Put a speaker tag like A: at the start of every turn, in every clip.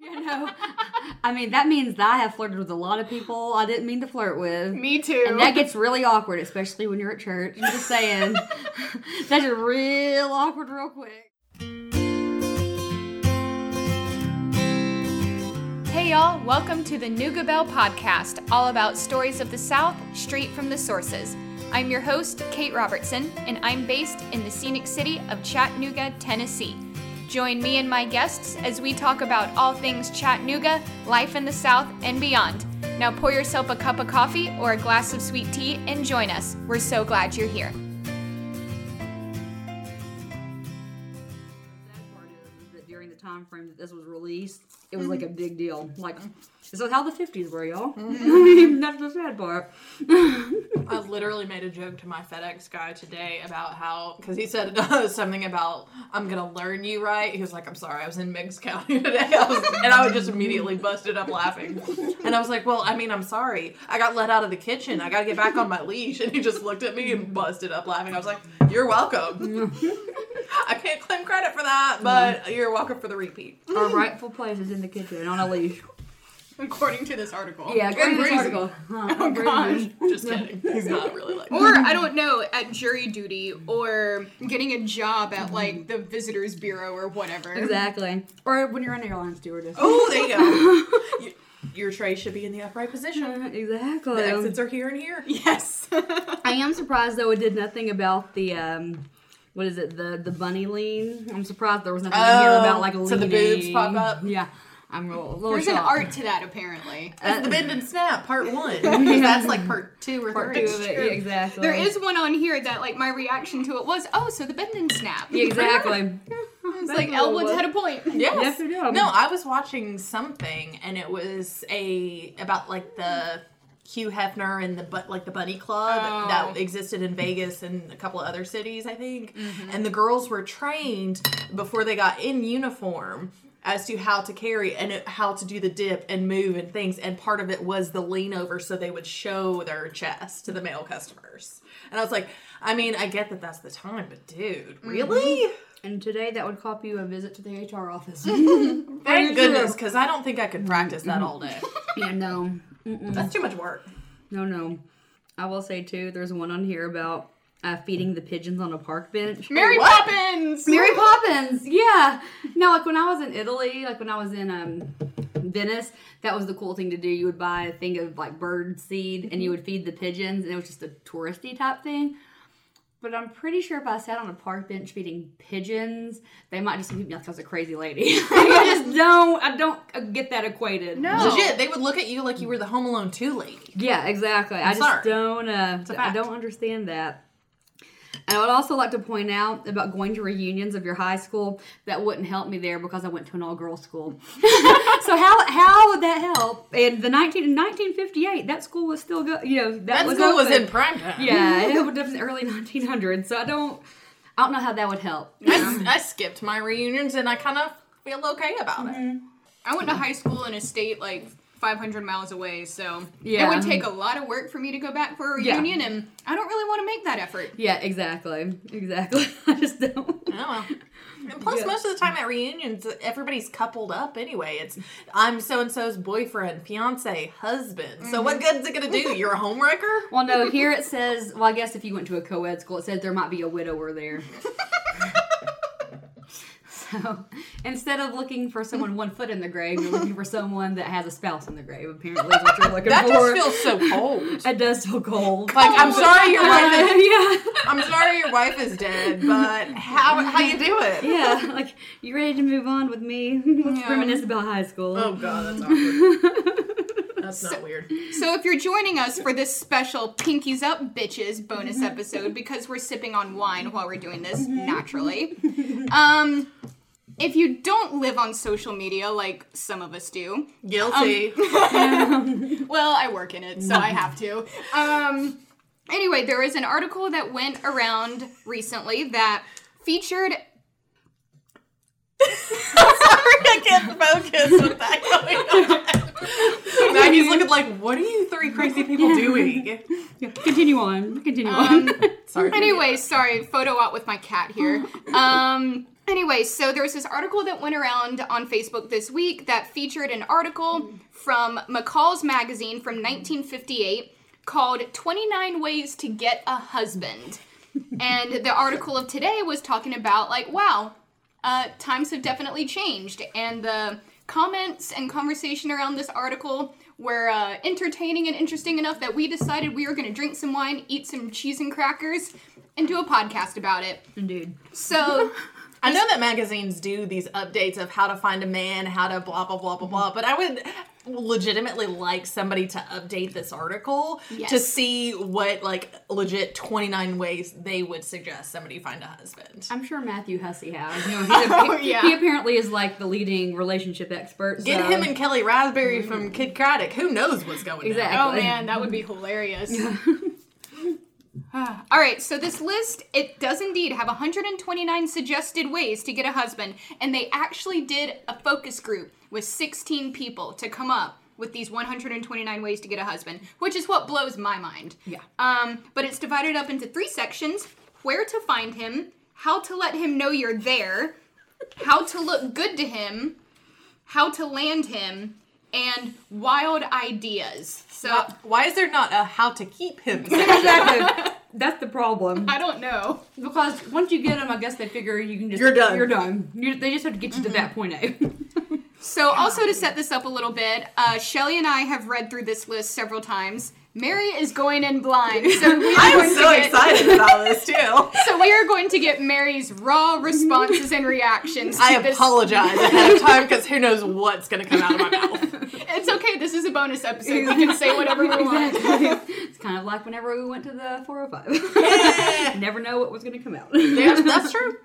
A: know. I mean, that means that I have flirted with a lot of people I didn't mean to flirt with.
B: Me too.
A: And that gets really awkward, especially when you're at church. I'm just saying. That's just real awkward, real quick.
B: Hey y'all, welcome to the Nuga Bell podcast, all about stories of the South straight from the sources. I'm your host, Kate Robertson, and I'm based in the scenic city of Chattanooga, Tennessee. Join me and my guests as we talk about all things Chattanooga, life in the South, and beyond. Now pour yourself a cup of coffee or a glass of sweet tea and join us. We're so glad you're here.
A: That part is that during the time frame that this was released, it was like
C: Mm-hmm.
A: a big deal. Like, this is how the 50s were, y'all. That's the sad part.
C: I literally made a joke to my FedEx guy today about how, because he said uh, something about, I'm going to learn you right. He was like, I'm sorry, I was in Meigs County today. I was, and I was just immediately busted up laughing. And I was like, well, I mean, I'm sorry. I got let out of the kitchen. I got to get back on my leash. And he just looked at me and busted up laughing. I was like, you're welcome. I can't claim credit for that, but you're welcome for the repeat,
A: Our rightful place is in the kitchen on a leash.
C: according to this article.
A: Yeah, great
C: Agreed.
A: article. Huh,
C: Oh,
A: great
C: gosh.
A: news.
C: Just kidding. He's not really like
D: or I don't know, at jury duty or getting a job at like the visitors bureau or whatever.
A: Exactly. Or when you're an airline stewardess.
C: Oh, there you go. You- Your tray should be in the upright position.
A: Exactly.
C: The exits are here and here.
D: Yes.
A: I am surprised though it did nothing about the um what is it the the bunny lean. I'm surprised there was nothing in here
C: Oh,
A: about like a
C: so the boobs pop
A: leaning.
C: up?
A: Yeah, I'm a little.
D: There's an
A: shocked.
D: art to that apparently.
A: Uh,
C: The bend and snap, part one. That's like part two or
A: part two
C: three.
A: of it. Yeah, exactly.
D: There is one on here that like my reaction to it was, oh, so the bend and snap.
A: Yeah, exactly.
D: It's like Elwood's had a point.
C: Yes.
A: Yes, we do.
C: No, I was watching something and it was a about like the Hugh Hefner and the but like the Bunny Club
D: Oh.
C: that existed in Vegas and a couple of other cities, I think. And the girls were trained before they got in uniform as to how to carry and it- how to do the dip and move and things. And part of it was the lean over so they would show their chest to the male customers. And I was like, I mean, I get that that's the time, but dude,
A: Mm-hmm.
C: really?
A: And today that would cop you a visit to the HR office.
C: Thank goodness, because I don't think I could practice that all day.
A: yeah, no,
C: That's too much work.
A: no, no. I will say too. There's one on here about uh, feeding the pigeons on a park bench.
D: Mary
C: What?
D: Poppins!
A: Mary Poppins, yeah. No, like when I was in Italy, like when I was in um, Venice, that was the cool thing to do. You would buy a thing of like bird seed and you would feed the pigeons, and it was just a touristy type thing. But I'm pretty sure if I sat on a park bench feeding pigeons, they might just think like I was a crazy lady. I just don't, I don't get that equated.
D: No.
C: Legit, they would look at you like you were the Home Alone 2 lady.
A: Yeah, exactly. i just
C: sorry.
A: don't. Uh,
C: a
A: I
C: fact.
A: don't understand that. And I would also like to point out about going to reunions of your high school. That wouldn't help me there because I went to an all-girls school. so how how would that help? And the 19, in 1958, that school was still good. You know, that,
C: That
A: was
C: school was
A: open.
C: in prime time.
A: Yeah, it was in early 1900s. So I don't. I don't know how that would help.
C: I, s- I skipped my reunions and I kind of feel okay about it.
D: I went to high school in a state like 500 miles away, so
A: Yeah.
D: it would take a lot of work for me to go back for a
A: Yeah.
D: reunion, and I don't really want to make that effort.
A: Yeah, exactly, exactly. I just don't.
C: Oh, well. And plus,
A: Yeah.
C: most of the time at reunions, everybody's coupled up anyway. It's I'm so and so's boyfriend, fiance, husband. So what good is it gonna do? You're a homewrecker?
A: Well, no, here it says, well, I guess if you went to a co ed school, it said there might be a widower there. so instead of looking for someone one foot in the grave, you're looking for someone that has a spouse in the grave, apparently, is what you're looking
C: That
A: for.
C: just feels so cold.
A: it does feel cold.
C: Like I'm sorry your wife is
A: yeah.
C: I'm sorry your wife is dead, but how how you do it?
A: Yeah. Like, you ready to move on with me? Let's
D: Yeah.
A: reminisce about high school.
C: Oh god, that's awkward. That's not weird.
D: So if you're joining us for this special Pinkies Up Bitches bonus episode, because we're sipping on wine while we're doing this, naturally. Um if you don't live on social media like some of us do,
C: Guilty.
D: well, I work in it, so I have to. Um anyway, there was an article that went around recently that featured
C: I can't focus with that going on. Maggie's looking like, what are you three crazy people doing?
A: Yeah, Continue on. Continue
D: um
A: on.
C: Sorry.
D: Anyway, sorry, photo out with my cat here. Um, Anyway, so there was this article that went around on Facebook this week that featured an article from McCall's magazine from 1958 called 29 Ways to Get a Husband. and the article of today was talking about, like, wow, uh, times have definitely changed. And the comments and conversation around this article were uh, entertaining and interesting enough that we decided we were going to drink some wine, eat some cheese and crackers, and do a podcast about it.
A: Dude.
D: So.
C: I know that magazines do these updates of how to find a man, how to blah blah blah blah blah, but I would legitimately like somebody to update this article to
D: Yes.
C: see what like legit 29 ways they would suggest somebody find a husband.
A: I'm sure Matthew Hussey has. You know, he's a-
D: Oh, yeah.
A: He apparently is like the leading relationship expert. So.
C: Get him and Kelly Raspberry from Kid Craddock. Who knows what's going
A: Exactly.
D: Oh man, that would be hilarious. All right, so this list it does indeed have 129 suggested ways to get a husband, and they actually did a focus group with 16 people to come up with these 129 ways to get a husband, which is what blows my mind.
A: Yeah.
D: Um, but it's divided up into three sections: where to find him, how to let him know you're there, how to look good to him, how to land him, and wild ideas. So.
C: on. Why, Uh, why is there not a how to keep him?
A: Exactly. That's the problem.
D: I don't know.
A: Because once you get them, I guess they figure you can just.
C: You're done.
A: You're done. You, they just have to get you to that point A.
C: Mm-hmm.
D: So, also to set this up a little bit, uh, Shelly and I have read through this list several times. Mary is going in blind, so we are, going
C: I'm
D: to
C: so
D: get,
C: excited about this too.
D: so we are going to get Mary's raw responses and reactions. To
C: I
D: this.
C: apologize ahead of time because who knows what's going to come out of my mouth.
D: It's okay. This is a bonus episode. We can say whatever we want.
A: it's kind of like whenever we went to the 405.
C: Yeah.
A: Never know what was going to come out.
C: There's- that's true.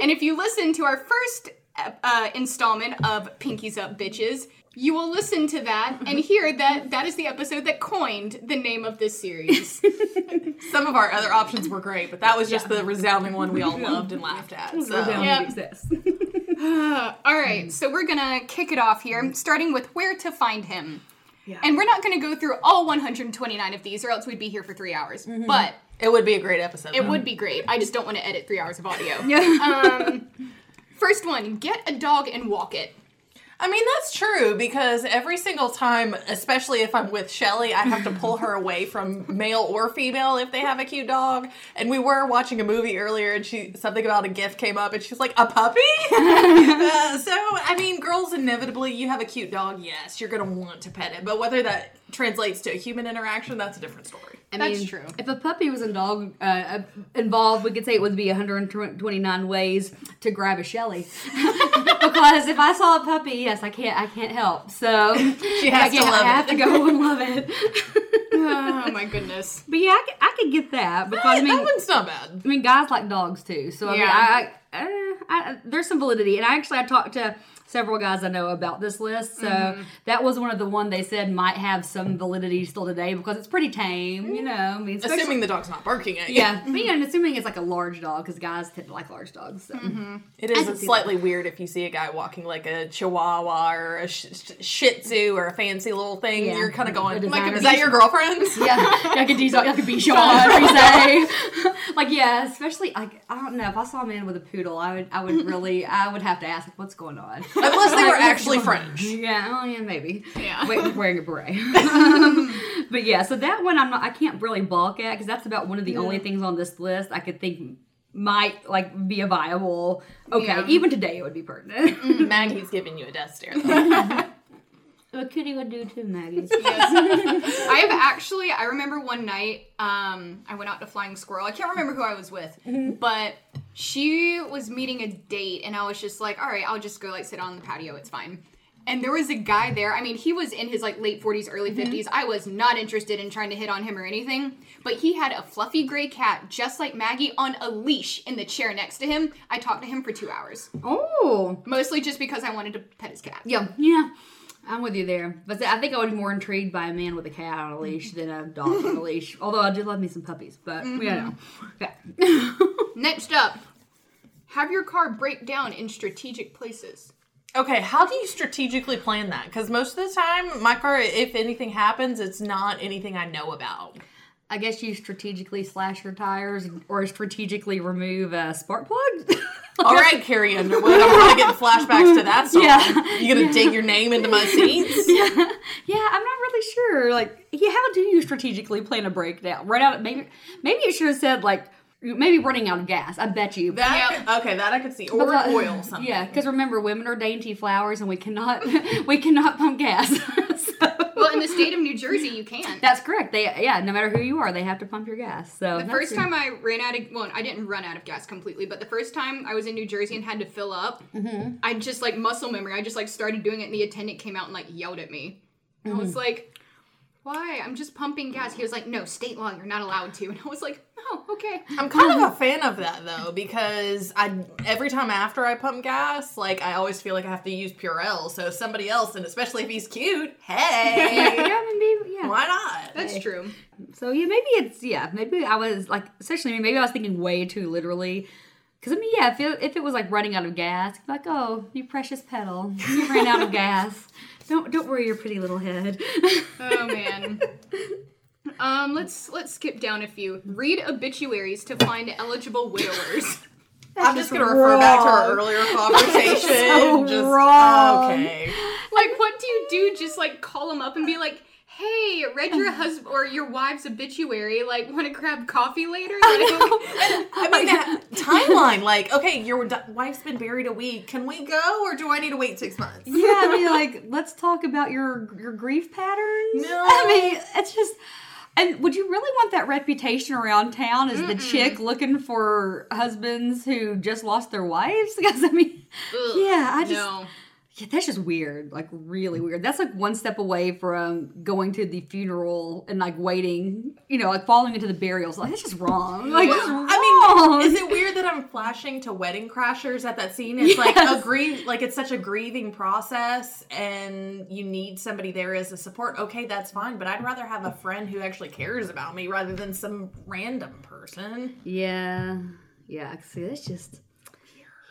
D: And if you listen to our first uh, uh, installment of Pinkies Up Bitches, you will listen to that and hear that that is the episode that coined the name of this series.
C: Some of our other options were great, but that was just the resounding one we all loved and laughed at. So.
A: Resounding
D: Yeah.
A: success.
D: Uh, All right, so we're gonna kick it off here, starting with where to find him. And we're not gonna go through all 129 of these, or else we'd be here for three hours. But
C: It would be a great episode.
D: it would be great. I just don't want to edit three hours of audio. Um,
A: Yeah.
D: First one: get a dog and walk it.
C: I mean, that's true because every single time, especially if I'm with Shelly, I have to pull her away from male or female if they have a cute dog. And we were watching a movie earlier, and she something about a gift came up, and she's like, "A puppy." Uh, so, I mean, girls inevitably, you have a cute dog, yes, you're gonna want to pet it, but whether that translates to a human interaction, that's a different story.
A: I
D: That's true.
A: If a puppy was in dog, uh, uh, involved, we could say it would be 129 ways to grab a Shelly. because if I saw a puppy, yes, I can't. I can't help. So she
C: has
A: I,
C: to love
A: I have
C: it.
A: to go and love it.
D: Oh my goodness!
A: but yeah, I could, I could get that because I
C: That-
A: mean,
C: that one's not bad.
A: I mean, guys like dogs too. So I mean,
D: Yeah.
A: I, I, uh, I, there's some validity. And I actually, I talked to several guys I know about this list. So that was one of the one they said might have some validity still today because it's pretty tame. You know, I mean, especially-
C: Assuming the dog's not barking at you.
A: yeah, but you know, and assuming it's like a large dog because guys tend to like large dogs. So.
C: It
A: can
C: is
A: see
C: slightly weird if you see a guy walking like a Chihuahua or a sh- sh- Shih Tzu or a fancy little thing.
A: Yeah.
C: You're kind of
A: A
C: going, like,
A: designer.
C: "Is that your girlfriend?"
A: Yeah, I could do I could be Sean every day. like yeah, especially like I don't know if I saw a man with a poodle, I would I would really I would have to ask like, what's going on.
C: Unless they were actually French.
A: Yeah, oh yeah, maybe.
D: Yeah.
A: Wait, wearing a beret. Um, but yeah, so that one I'm not, I can't really balk at because that's about one of the only things on this list I could think might like be a viable. Okay,
D: Yeah. Mm.
A: even today it would be pertinent.
C: Maggie's giving you a death stare. Though.
A: What could he would do too, Maggie?
D: I have actually. I remember one night. Um, I went out to Flying Squirrel. I can't remember who I was with, but she was meeting a date, and I was just like, "All right, I'll just go like sit on the patio. It's fine." And there was a guy there. I mean, he was in his like late 40s, early 50s. I was not interested in trying to hit on him or anything, but he had a fluffy gray cat just like Maggie on a leash in the chair next to him. I talked to him for 2 hours,
A: oh.
D: mostly just because I wanted to pet his cat.
A: Yeah, yeah. I'm with you there. But I think I would be more intrigued by a man with a cat on a leash than a dog on a leash. Although I do love me some puppies, but we yeah, know.
D: Mm-hmm.
A: Okay.
D: Next up, have your car break down in strategic places.
C: okay, how do you strategically plan that? Because most of the time, my car, if anything happens, it's not anything I know about.
A: I guess you strategically slash your tires or strategically remove uh, spark plugs.
C: All right, Carrie Underwood. I'm really getting flashbacks to that song.
A: Yeah.
C: You gonna dig your name into my seats?
A: yeah, yeah, I'm not really sure. Like, yeah, how do you strategically plan a breakdown? Run out of maybe, maybe it should have said like maybe running out of gas. I bet you.
C: That okay, that I could see. Or
A: Because-
C: oil something.
A: uh, Yeah, because remember, women are dainty flowers, and we cannot we cannot pump gas. so,
D: Well, in the state of New Jersey, you can.
A: that's correct. They yeah, no matter who you are, they have to pump your gas. So
D: The first time I ran out of well, I didn't run out of gas completely, but the first time I was in New Jersey and had to fill up, I just like muscle memory. I just like started doing it, and the attendant came out and like yelled at me. I was like, "Why? I'm just pumping gas." He was like, "No, state law, you're not allowed to." And I was like, "Oh, okay."
C: I'm kind of a fan of that though, because I every time after I pump gas, like I always feel like I have to use Purell. So somebody else, and especially if he's cute, hey,
A: yeah, I mean, maybe, yeah.
C: why not?
D: That's true.
A: So yeah, maybe it's yeah, maybe I was like, especially maybe I was thinking way too literally. Cause I mean, yeah, if it, if it was like running out of gas, it'd be like, oh, you precious petal, you ran out of gas. Don't don't worry your pretty little head.
D: Oh man. Um, let's let's skip down a few. Read obituaries to find eligible widowers.
C: I'm just gonna refer back to our earlier conversation.
A: so
C: just
A: wrong.
C: okay.
D: Like, what do you do? Just like call them up and be like, "Hey, read your husband or your wife's obituary. Like, want to grab coffee later?"
C: I mean, that timeline, like, okay, your d- wife's been buried a week. Can we go, or do I need to wait six months?
A: yeah, I mean, like, let's talk about your your grief patterns.
C: No.
A: I mean, it's just. And would you really want that reputation around town as the chick looking for husbands who just lost their wives? Because I mean,
D: Ugh,
A: yeah, I just
D: no.
A: yeah, that's just weird, like really weird. That's like one step away from going to the funeral and like waiting, you know, like falling into the burials. Like that's just wrong. Like that's wrong.
C: I mean, is it weird that I'm flashing to Wedding Crashers at that scene? It's like a
A: Yes.
C: grieve, like it's such a grieving process, and you need somebody there as a support. Okay, that's fine, but I'd rather have a friend who actually cares about me rather than some random person.
A: yeah, yeah. See, that's just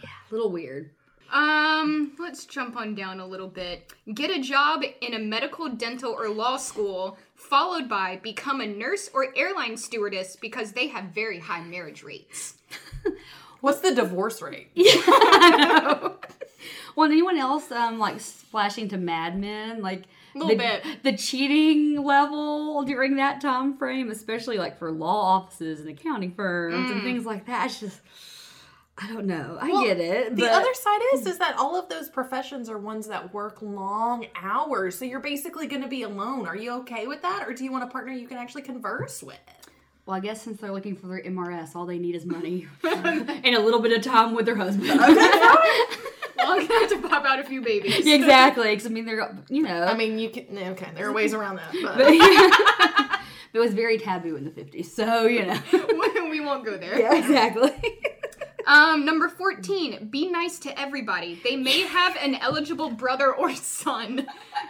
A: yeah, a little weird.
D: Um, let's jump on down a little bit. Get a job in a medical, dental, or law school, followed by become a nurse or airline stewardess because they have very high marriage rates.
C: What's the divorce rate?
A: Well, anyone else um like splashing to Mad Men, like a
C: Little
A: the,
C: bit.
A: the cheating level during that time frame, especially like for law offices and accounting firms and things like that. It's just I don't know. I
C: Well,
A: get it.
C: The
A: but-
C: other side is is that all of those professions are ones that work long hours, so you're basically going to be alone. Are you okay with that, or do you want a partner you can actually converse with?
A: Well, I guess since they're looking for their MRS, all they need is money and a little bit of time with their husband.
D: Long enough to pop out a few babies.
A: exactly, because I mean they're you know
C: I mean, you can. Okay, there are ways around that. But.
A: it was very taboo in the '50s, so you know.
D: we won't go there.
A: exactly.
D: Um, number 14, be nice to everybody. They may have an eligible brother or son.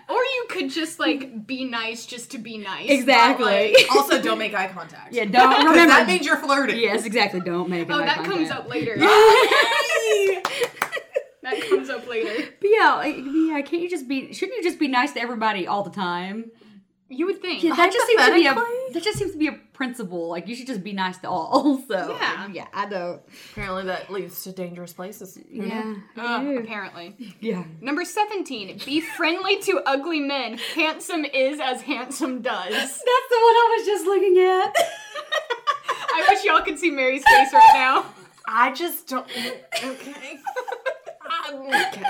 D: Or you could just like be nice just to be nice.
A: Exactly.
C: also, don't make eye contact.
A: yeah, don't
C: Because
A: remember.
C: that means you're flirting.
A: yes, exactly. Don't make.
D: Oh,
A: eye
D: that comes
A: contact.
D: up later.
C: Yay!
D: That comes up later.
A: But yeah, like, yeah. Can't you just be? Shouldn't you just be nice to everybody all the time?
D: You would think.
A: Yeah, that just seems to be a
C: Hypothetically?
A: that just seems to be a principle. Like you should just be nice to all. So
D: Yeah.
A: yeah, I don't.
C: Apparently, that leads to dangerous places.
A: Yeah,
D: Ugh,
A: I do.
D: apparently.
A: yeah.
D: Number 17, be friendly to ugly men. Handsome is as handsome does.
A: That's the one I was just looking at.
D: I wish y'all could see Mary's face right now.
C: I just don't. Okay. I'm okay.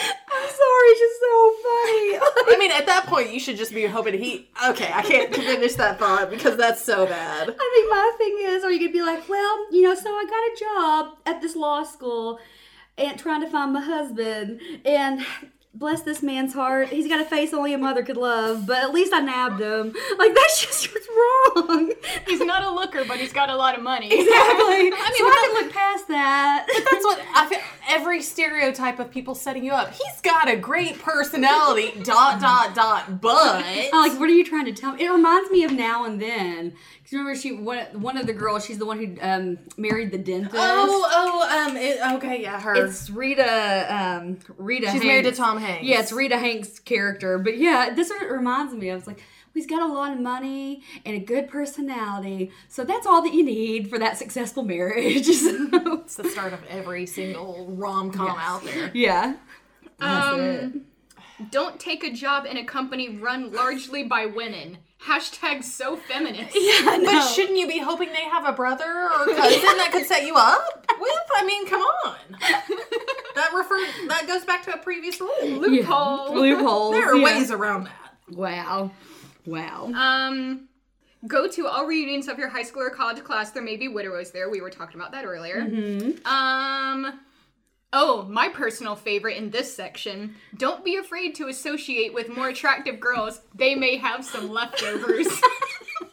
A: I'm sorry, it's just so funny.
C: I mean, at that point, you should just be hoping he. Okay, I can't finish that thought because that's so bad.
A: I think my thing is, are you gonna be like, well, you know, so I got a job at this law school and trying to find my husband and bless this man's heart, he's got a face only a mother could love, but at least I nabbed him. Like that's just what's wrong.
D: He's not a looker, but he's got a lot of money.
A: Exactly. so I can look past that.
C: That's what I feel. Every stereotype of people setting you up. He's got a great personality. Dot dot dot. But
A: I'm like, what are you trying to tell me? It reminds me of Now and Then. Because remember, she one, one of the girls, she's the one who um, married the dentist.
C: oh um. It, okay, yeah, her.
A: It's Rita. Um, Rita.
C: She's married to
A: Hanks.
C: Tom Hanks.
A: Yeah, it's Rita Hanks' character. But yeah, this sort of reminds me. I was like, who's got a lot of money and a good personality. So that's all that you need for that successful marriage. So,
C: It's the start of every single rom com out there.
A: yeah.
D: Um, don't take a job in a company run largely by women. Hashtag so feminist.
A: Yeah,
C: But shouldn't you be hoping they have a brother or cousin that could set you up with? I mean, come on. that refer that goes back to a previous rule.
D: Loophole.
A: Loopholes.
C: There are
A: yeah.
C: ways around that.
A: Wow. Wow.
D: Um, go to all reunions of your high school or college class. There may be widows there. We were talking about that earlier. Um, oh, my personal favorite in this section. Don't be afraid to associate with more attractive girls. They may have some leftovers. like,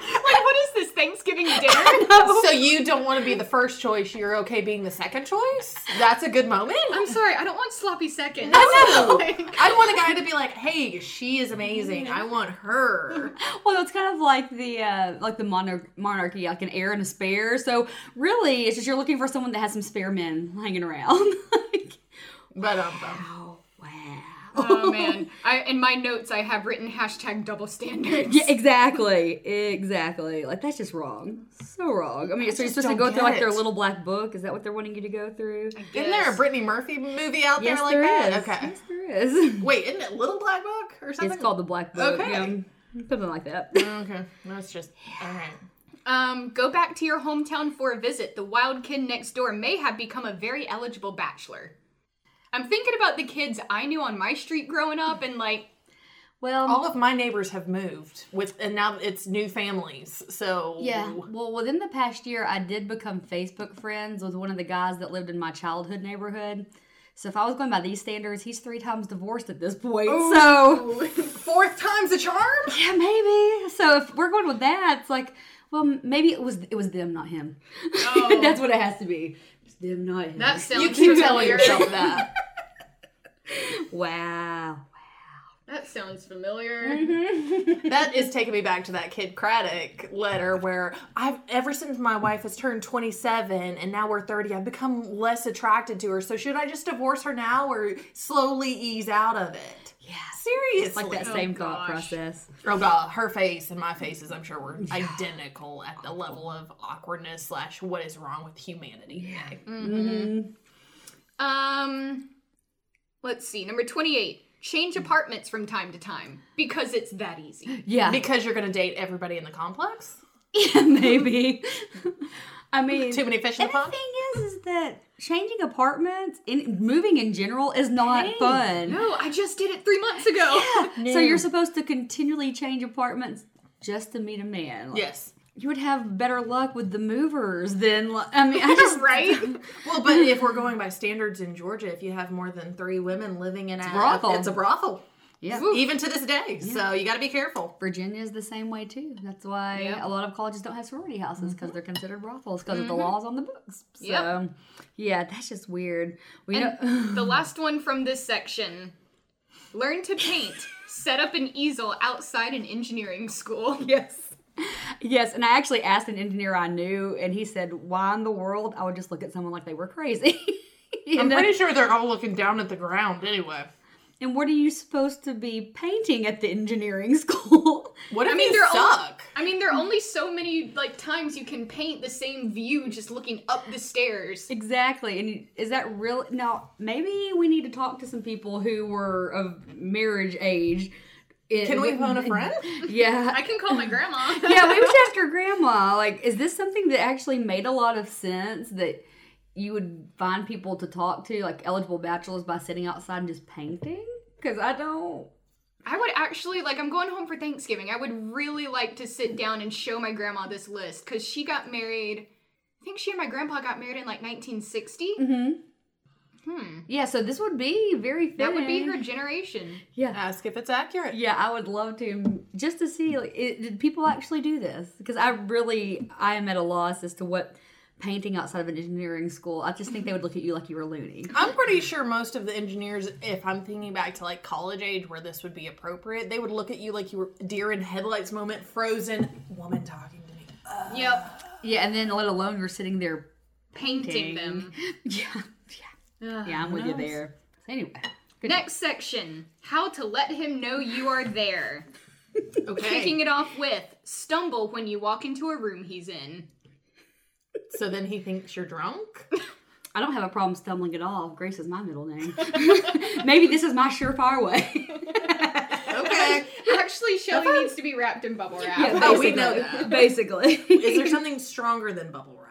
D: what is this Thanksgiving dinner?
C: So you don't want to be the first choice. You're okay being the second choice. That's a good moment.
D: I'm sorry, I don't want sloppy seconds.
C: No.
D: Like-
C: I want a guy to be like, "Hey, she is amazing. I want her."
A: Well, it's kind of like the uh, like the monar- monarchy, like an heir and a spare. So really, it's just you're looking for someone that has some spare men hanging around. like,
C: But um, um,
A: oh wow.
D: oh man! I, in my notes, I have written hashtag double standards.
A: Yeah, exactly, exactly. Like that's just wrong, so wrong. I mean, so you're supposed
C: just
A: to
C: don't
A: go
C: get
A: through like their
C: it.
A: little black book. Is that what they're wanting you to go through?
C: isn't there a
D: Yes.
C: Brittany Murphy movie out
A: Yes,
C: there like
A: there
C: that?
A: is.
C: Okay.
A: Yes, there is.
C: Wait, isn't it Little Black Book or something?
A: It's called the Black Book.
C: Okay.
A: yeah. something like that.
C: Okay, no, it's just all right.
D: Um, go back to your hometown for a visit. The wild kid next door may have become a very eligible bachelor. I'm thinking about the kids I knew on my street growing up, and like,
A: Well,
C: All of my neighbors have moved with, and now it's new families. So
A: Yeah. Well, within the past year, I did become Facebook friends with one of the guys that lived in my childhood neighborhood. So if I was going by these standards, he's three times divorced at this point. So
C: fourth time's a charm.
A: yeah, maybe. So if we're going with that, it's like, well, m- maybe it was it was them, not him. That's what it has to be. It's them, not him.
D: that sounds
C: You keep telling
D: familiar.
C: yourself that.
A: wow.
D: That sounds familiar.
C: That is taking me back to that Kid Craddock letter where I've ever since my wife has turned 27 and now we're 30, I've become less attracted to her. So should I just divorce her now or slowly ease out of it?
A: Yeah.
C: Seriously.
A: Like that same thought
D: gosh.
A: process.
C: Oh god, her face and my faces, I'm sure, were identical at the level of awkwardness slash what is wrong with humanity. today.
D: Um, let's see. Number 28. Change apartments from time to time because it's that easy.
A: Yeah.
C: Because you're gonna date everybody in the complex.
A: maybe. I mean,
C: Too many fish in the
A: And the
C: pond.
A: thing is, is that changing apartments, in, moving in general, is not fun.
D: No, I just did it three months ago.
A: So you're supposed to continually change apartments just to meet a man. Like,
C: Yes.
A: You would have better luck with the movers than li- I mean, I just
D: right?
C: Well, but if we're going by standards in Georgia, if you have more than three women living in a
A: brothel.
C: it's a brothel.
A: yeah.
C: Even to this day. So you got to be careful.
A: Virginia is the same way too. That's why
D: Yep. Mm-hmm.
A: a lot of colleges don't have sorority houses because they're considered brothels because of the laws on the books. So,
D: Yep.
A: yeah, that's just weird. We
D: And
A: know
D: the last one from this section learn to paint set up an easel outside an engineering school
A: Yes. Yes, and I actually asked an engineer I knew, and he said, "Why in the world?" I would just look at someone like they were crazy. and, uh,
C: sure they're all looking down at the ground anyway.
A: and what are you supposed to be painting at the engineering school?
C: What if
D: mean,
C: you
D: they're all-
C: suck?
D: i mean there are only so many like times you can paint the same view just looking up the stairs
A: exactly. And is that real? Now, maybe we need to talk to some people who were of marriage age. It-
C: Can we phone a friend?
A: Yeah.
D: i can call my grandma
A: yeah, we should ask your grandma. Like, is this something that actually made a lot of sense that you would find people to talk to, like eligible bachelors, by sitting outside and just painting? Because I don't.
D: i would actually like i'm going home for thanksgiving i would really like to sit down and show my grandma this list because she got married i think she and my grandpa got married in like 1960
A: Yeah, so this would be very fitting.
D: that would be her generation
A: Yeah.
C: Ask if it's accurate.
A: Yeah, I would love to just to see like, it, did people actually do this? Because I really I am at a loss as to what painting outside of an engineering school. I just think they would look at you like you were loony.
C: I'm pretty sure most of the engineers, if I'm thinking back to like college age where this would be appropriate, they would look at you like you were deer in headlights moment, frozen woman talking to me.
D: yep
A: Yeah, and then let alone you're sitting there.
D: painting them
A: Yeah, yeah, yeah. I'm with you there. So anyway,
D: Next section How to Let Him Know You Are There.
C: Okay.
D: Kicking it off with stumble when you walk into a room he's in.
C: So then he thinks you're drunk?
A: I don't have a problem stumbling at all. Grace is my middle name. Maybe this is my surefire way.
C: Okay.
D: Actually, Shelly needs to be wrapped in bubble wrap.
A: Yeah,
C: Oh, we
A: basically.
C: know that. Is
A: Basically.
C: there something stronger than bubble wrap?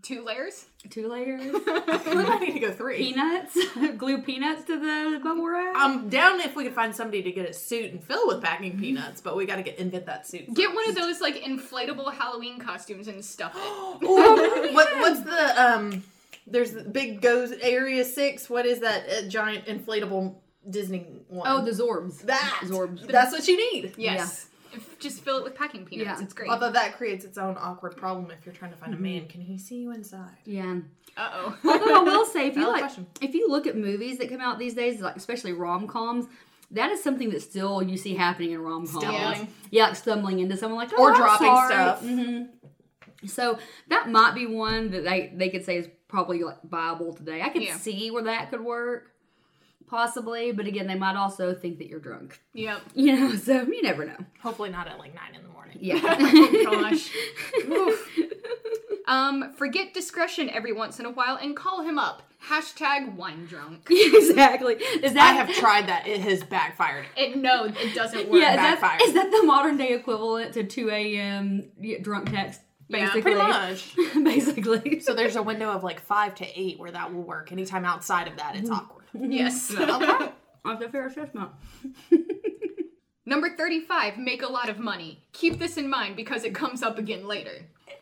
D: Two layers.
A: Two layers.
C: We might need to go three.
A: Peanuts. Glue peanuts to the bubble wrap.
C: I'm down if we could find somebody to get a suit and fill with packing peanuts, but we gotta Mm-hmm. get invent that suit.
D: Get one of those like inflatable Halloween costumes and stuff it.
C: Ooh, what, what's the um? There's the big goes area six. What is that uh, giant inflatable Disney one?
A: Oh, the Zorbs.
C: that
A: Zorbs.
C: That's what you need.
D: Yes. If- Just fill it with packing peanuts.
A: Yeah.
D: It's great. Uh
C: Although that creates its own awkward problem if you're trying to find a man. Can he see you inside?
A: Yeah.
D: oh.
A: Although I will say, if you
C: Valid
A: like,
C: question.
A: if you look at movies that come out these days, like especially rom coms, that is something that still you see happening in rom coms.
D: Stumbling.
A: Yeah, like stumbling into someone like oh,
C: Or
A: I'm
C: dropping
A: sorry. Mm-hmm.
C: stuff.
A: So that might be one that they they could say is probably like viable today. I could
D: Yeah.
A: see where that could work, possibly. But again, they might also think that you're drunk.
D: Yep.
A: You know, so you never know.
C: Hopefully not at like nine in the morning.
A: Yeah.
D: Oh, Gosh. Oof. Um, forget discretion every once in a while and call him up. Hashtag wine drunk.
A: exactly. Is that
C: I have tried that. It has backfired.
D: It no, it doesn't work.
A: yeah, is that,
C: backfired.
A: is that the modern day equivalent to 2 a.m. y- drunk text?
D: Yeah,
A: Basically.
C: Pretty much.
A: basically.
C: So there's a window of like five to eight where that will work. Anytime outside of that, it's awkward.
D: Yes.
A: That's a fair assessment.
D: Number 35, make a lot of money. Keep this in mind because it comes up again later.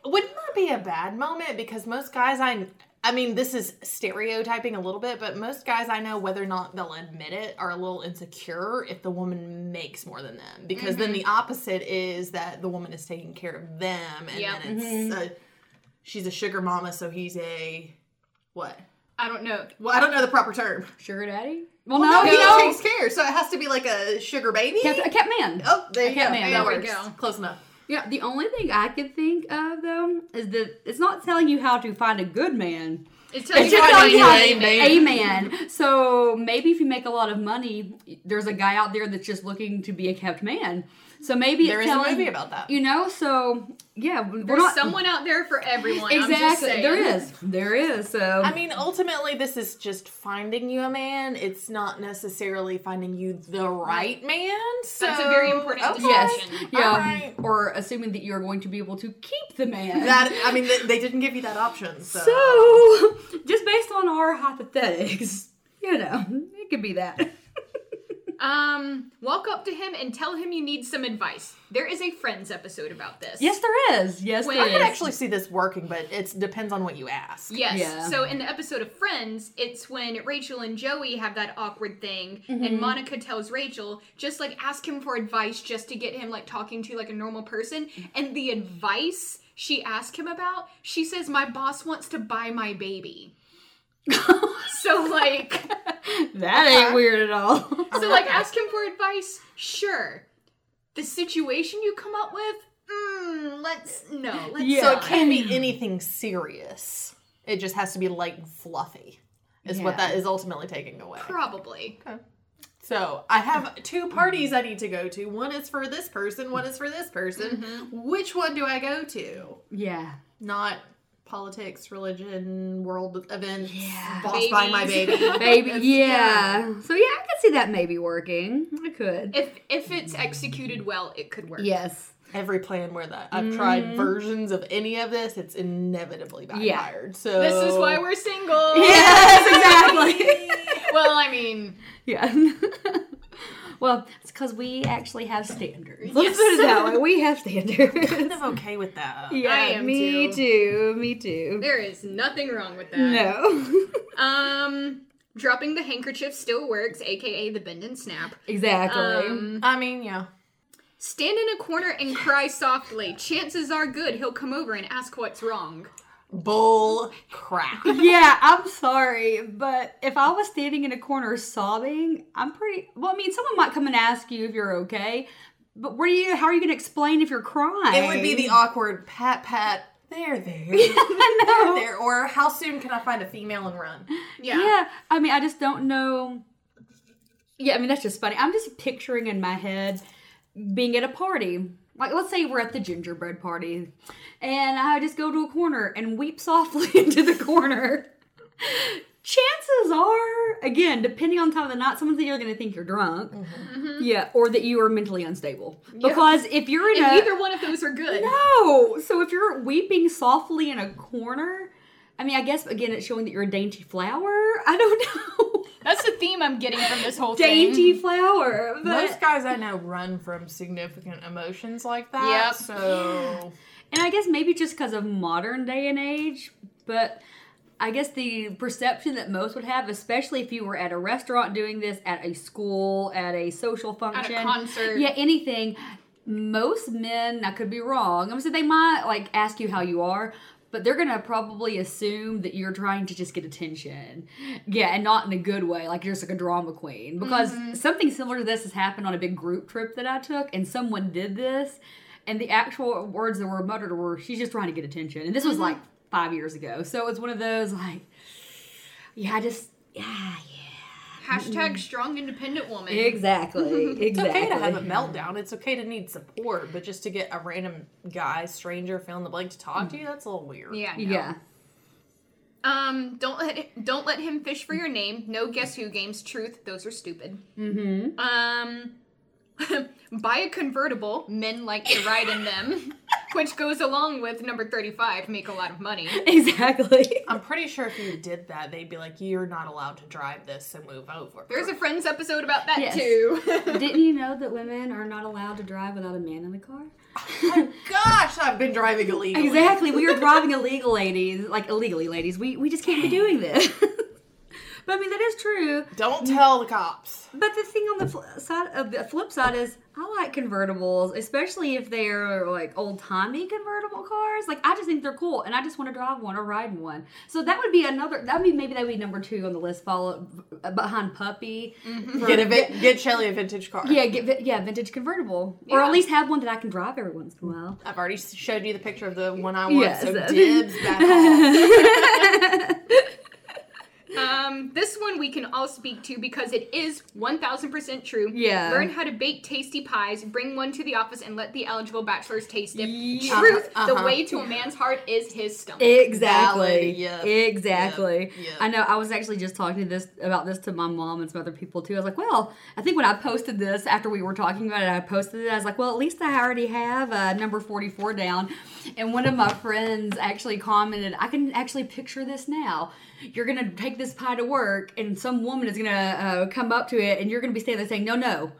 C: Wouldn't that be a bad moment? Because most guys I I mean, this is stereotyping a little bit, but most guys I know, whether or not they'll admit it, are a little insecure if the woman makes more than them. Because then the opposite is that the woman is taking care of them, and
D: Yep.
C: then it's a, she's a sugar mama, so he's a what?
D: I don't know.
C: Well, I don't know the proper term.
A: Sugar daddy? Well,
C: No,
A: no,
C: he
A: no.
C: takes care, so it has to be like a sugar baby.
A: Kept, I kept man.
C: Oh, there you go.
A: kept man.
C: That
A: There we
C: works.
D: go.
C: Close enough.
A: Yeah, the only thing I could think of, though, is that it's not telling you how to find a good man.
D: It tells
A: It's
D: you
A: just
D: how
A: telling
D: to
A: you
D: do
A: how
D: it.
A: to a man. So maybe if you make a lot of money, there's a guy out there that's just looking to be a kept man. So maybe
C: There
A: it's
C: is a
A: telling-
C: movie about that.
A: You know, so yeah, we're
D: There's
A: not
D: someone out there for everyone. I'm just
A: Exactly.
D: saying.
A: There is. There is. So
C: I mean, ultimately, this is just finding you a man. It's not necessarily finding you the right man. So
D: That's a very important
C: Okay.
A: yes.
D: Yes.
A: Yeah.
C: Alright.
A: Or assuming that you're going to be able to keep the man.
C: That I mean, they, they didn't give you that option. So,
A: so just based on our hypothetics, you know, it could be that.
D: Um, walk up to him and tell him you need some advice. There is a Friends episode about this.
A: Yes, there is. Yes,
D: Wait,
A: there
D: I
A: is.
C: I could actually see this working, but it depends on what you ask.
D: Yes.
A: Yeah.
D: So in the episode of Friends, it's when Rachel and Joey have that awkward thing,
A: Mm-hmm.
D: and Monica tells Rachel, just like ask him for advice just to get him like talking to like a normal person. And the advice she asked him about, she says, My boss wants to buy my baby. so like
A: that ain't weird at all.
D: so like ask him for advice, sure. The situation you come up with, mm, let's no, let's
A: Yeah.
C: So it
D: not.
C: can be anything serious. It just has to be light and fluffy. Is what
A: Yeah.
C: that is ultimately taking away.
D: probably.
C: So I have two parties I need to go to. One is for this person. One is for this person. Which one do I go to?
A: yeah.
C: not politics, religion, world events,
A: Yeah.
C: boss by my
D: Babies.
C: baby.
A: Baby. Yeah. So yeah, I could see that maybe working. I could.
D: If if it's executed well, it could work.
A: Yes.
C: Every plan where that I've tried versions of any of this, it's inevitably
A: Yeah.
C: backfired. So
D: This is why we're single.
A: Yes, exactly.
D: Well, I mean,
A: Yeah. well, it's because we actually have standards. Let's put it that way. We have standards.
C: kind of okay with that.
A: Yeah,
D: I am
A: me too. Me too.
D: there is nothing wrong with that.
A: No.
D: Um, dropping the handkerchief still works, aka the bend and snap.
A: exactly.
D: Um,
C: I mean, yeah.
D: stand in a corner and cry softly. Chances are good he'll come over and ask what's wrong.
C: Bull crap.
A: yeah, I'm sorry, but if I was standing in a corner sobbing, I'm pretty. Well, I mean, someone might come and ask you if you're okay, but where do you? How are you going to explain if you're crying?
C: it would be the awkward pat pat. There, there.
A: I know.
C: there. Or how soon can I find a female and run?
D: Yeah.
A: yeah, I mean, I just don't know. Yeah, I mean, that's just funny. I'm just picturing in my head being at a party. Like, let's say we're at the gingerbread party, and I just go to a corner and weep softly into the corner. Chances are, again, depending on the time of the night, someone's either going to think you're drunk, yeah, or that you are mentally unstable. Because if you're in
D: And
A: a
D: neither one of those are good.
A: no. So if you're weeping softly in a corner, I mean, I guess again, it's showing that you're a dainty flower. I don't know.
D: That's the theme I'm getting from this whole thing.
A: dainty flower.
C: Most
A: But,
C: guys I know run from significant emotions like that.
D: Yep.
C: So
A: and I guess maybe just because of modern day and age, but. I guess the perception that most would have, especially if you were at a restaurant doing this, at a school, at a social
D: At
A: function,
D: a concert.
A: yeah, anything. Most men, I could be wrong. I'm saying they might like ask you how you are, but they're gonna probably assume that you're trying to just get attention. Yeah, and not in a good way. Like you're just like a drama queen. Because something similar to this has happened on a big group trip that I took, and someone did this, and the actual words that were muttered were, "She's just trying to get attention." And this was like five years ago, so it's one of those like, yeah, I just yeah,
D: Hashtag strong independent woman.
A: yeah. exactly,
C: it's
A: exactly.
C: okay to have a meltdown. It's okay to need support, but just to get a random guy, stranger, fill in the blank to talk to you, that's a little weird.
D: Yeah. I know.
A: yeah.
D: Um. Don't let it, don't let him fish for your name. No guess who games. Truth. Those are stupid. Mm-hmm. Um. buy a convertible. Men like to ride in them, which goes along with number thirty-five. Make a lot of money.
A: Exactly.
C: I'm pretty sure if you did that, they'd be like, "You're not allowed to drive this, so move over."
D: There's a Friends episode about that
A: Yes.
D: too.
A: Didn't you know that women are not allowed to drive without a man in the car?
C: Gosh, I've been driving illegally.
A: Exactly. We are driving illegal ladies, like illegally ladies. We we just can't be doing this. but I mean that is true.
C: Don't tell the cops.
A: But the thing on the fl- side of the flip side is I like convertibles, especially if they're like old-timey convertible cars. Like I just think they're cool and I just want to drive one or ride in one. So that would be another that would be maybe that would be number 2 on the list follow uh, behind puppy. for-
C: Get a vin- get Shelly a vintage car.
A: yeah, get, vi- yeah, vintage convertible, or at
D: Yeah.
A: least have one that I can drive every once in a while.
C: I've already showed you the picture of the one I want.
A: Yes.
C: So dibs that off.
D: Um, this one we can all speak to because it is 1000% true.
A: Yeah.
D: Learn how to bake tasty pies, bring one to the office, and let the eligible bachelors taste it.
A: Yeah.
D: Truth, the
C: Uh-huh.
D: way to a man's heart is his stomach.
A: Exactly.
C: Valid, yep,
A: Exactly.
C: yep, yep.
A: I know. I was actually just talking to this about this to my mom and some other people too. I was like, well, I think when I posted this after we were talking about it, I posted it. I was like, well, at least I already have uh, number forty-four down. And one of my friends actually commented, I can actually picture this now. You're gonna take this pie to work, and some woman is gonna uh, come up to it, and you're gonna be standing there saying, no, no.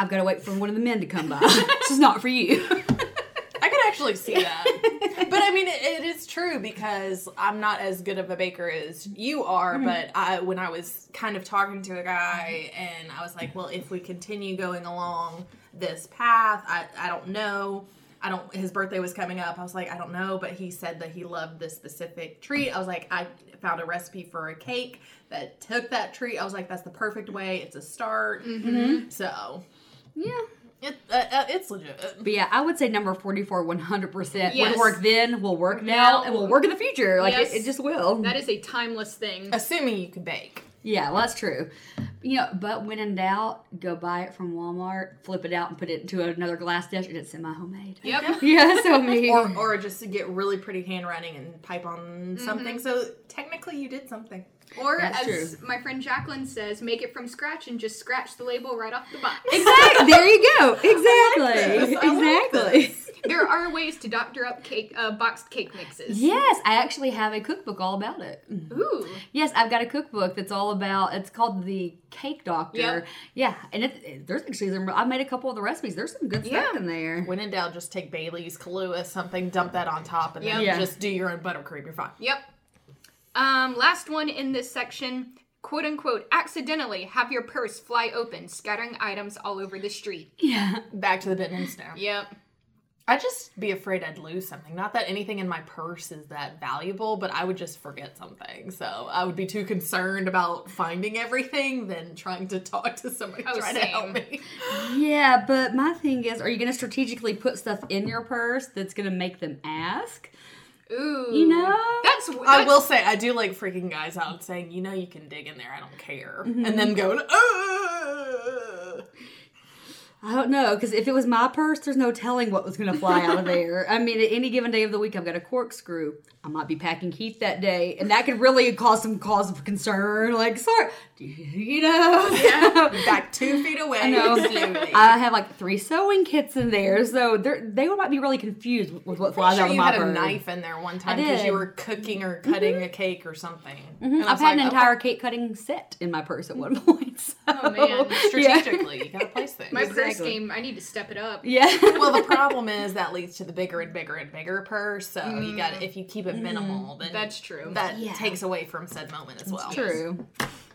A: I've got to wait for one of the men to come by. this is not for you.
C: I could actually see that. but I mean, it, it is true because I'm not as good of a baker as you are. But I, when I was kind of talking to a guy, and I was like, well, if we continue going along this path, I, I don't know. I don't. His birthday was coming up. I was like, I don't know, but he said that he loved this specific treat. I was like, I found a recipe for a cake that took that treat. I was like, that's the perfect way. It's a start. So
A: yeah.
C: it, uh, uh, it's legit.
A: But yeah, I would say number 44 100%
D: Yes.
A: would work then, will work
D: Now.
A: now, and will work in the future. Like,
D: Yes.
A: it, it just will.
D: That is a timeless thing.
C: Assuming you can bake.
A: yeah, well, that's true. You know, but when in doubt, go buy it from Walmart, flip it out, and put it into another glass dish, and it's semi homemade.
D: Yep.
A: Yeah, so I mean,
C: or or just to get really pretty handwriting and pipe on something. So technically, you did something.
D: Or
A: That's
D: as my friend Jacqueline says, make it from scratch and just scratch the label right off the box.
A: exactly. There you go. Exactly.
C: this. I like
A: exactly.
D: there are ways to doctor up cake uh, boxed cake mixes.
A: Yes, I actually have a cookbook all about it.
D: Ooh.
A: Yes, I've got a cookbook that's all about. It's called the Cake Doctor.
D: Yep.
A: Yeah, and it, it- there's actually some. I've made a couple of the recipes. There's some good
D: Yeah.
A: stuff in there.
C: When in doubt, just take Bailey's, Kahlua, something, dump that on top, and then
A: Yeah.
C: just do your own buttercream. You're fine.
D: Yep. Um, last one in this section, quote unquote, accidentally have your purse fly open, scattering items all over the street.
A: Yeah.
C: Back to the business now.
D: Yep.
C: I'd just be afraid I'd lose something. Not that anything in my purse is that valuable, but I would just forget something. So I would be too concerned about finding everything than trying to talk to somebody
D: Oh,
C: trying to help
D: same.
C: me.
A: Yeah, but my thing is, are you going to strategically put stuff in your purse that's going to make them ask?
D: Ooh.
A: You
C: Hmm.
A: know?
D: That's,
C: I
D: that's-
C: will say I do like freaking guys out saying, you know, "Uh, you can dig in there. I don't care, and then going, oh.
A: I don't know because if it was my purse, there's no telling what was going to fly out of there. I mean, at any given day of the week, I've got a corkscrew. I might be packing heat that day, and that could really cause some cause of concern. Like, sorry, you know,
C: Back two feet away.
A: I know. I have like three sewing kits in there, so they're- they might be really confused with what flies
C: sure
A: out of
C: you
A: my
C: had a
A: purse.
C: knife in there one time because
A: did. Mm-hmm.
C: you were cooking or cutting a cake or something. And I
A: I've
C: was
A: had
C: like, "Oh."
A: an entire cake cutting set in my purse at one point. So.
E: Oh, man.
C: okay, strategically, you gotta place things.
E: My purse
A: Exactly.
E: game, I need to step it up.
A: Yeah.
C: well, the problem is that leads to the bigger and bigger and bigger purse. So
A: Mm-hmm.
C: you got if you keep it minimal, then
E: That's true.
C: That
A: Yeah.
C: takes away from said moment as well.
A: True.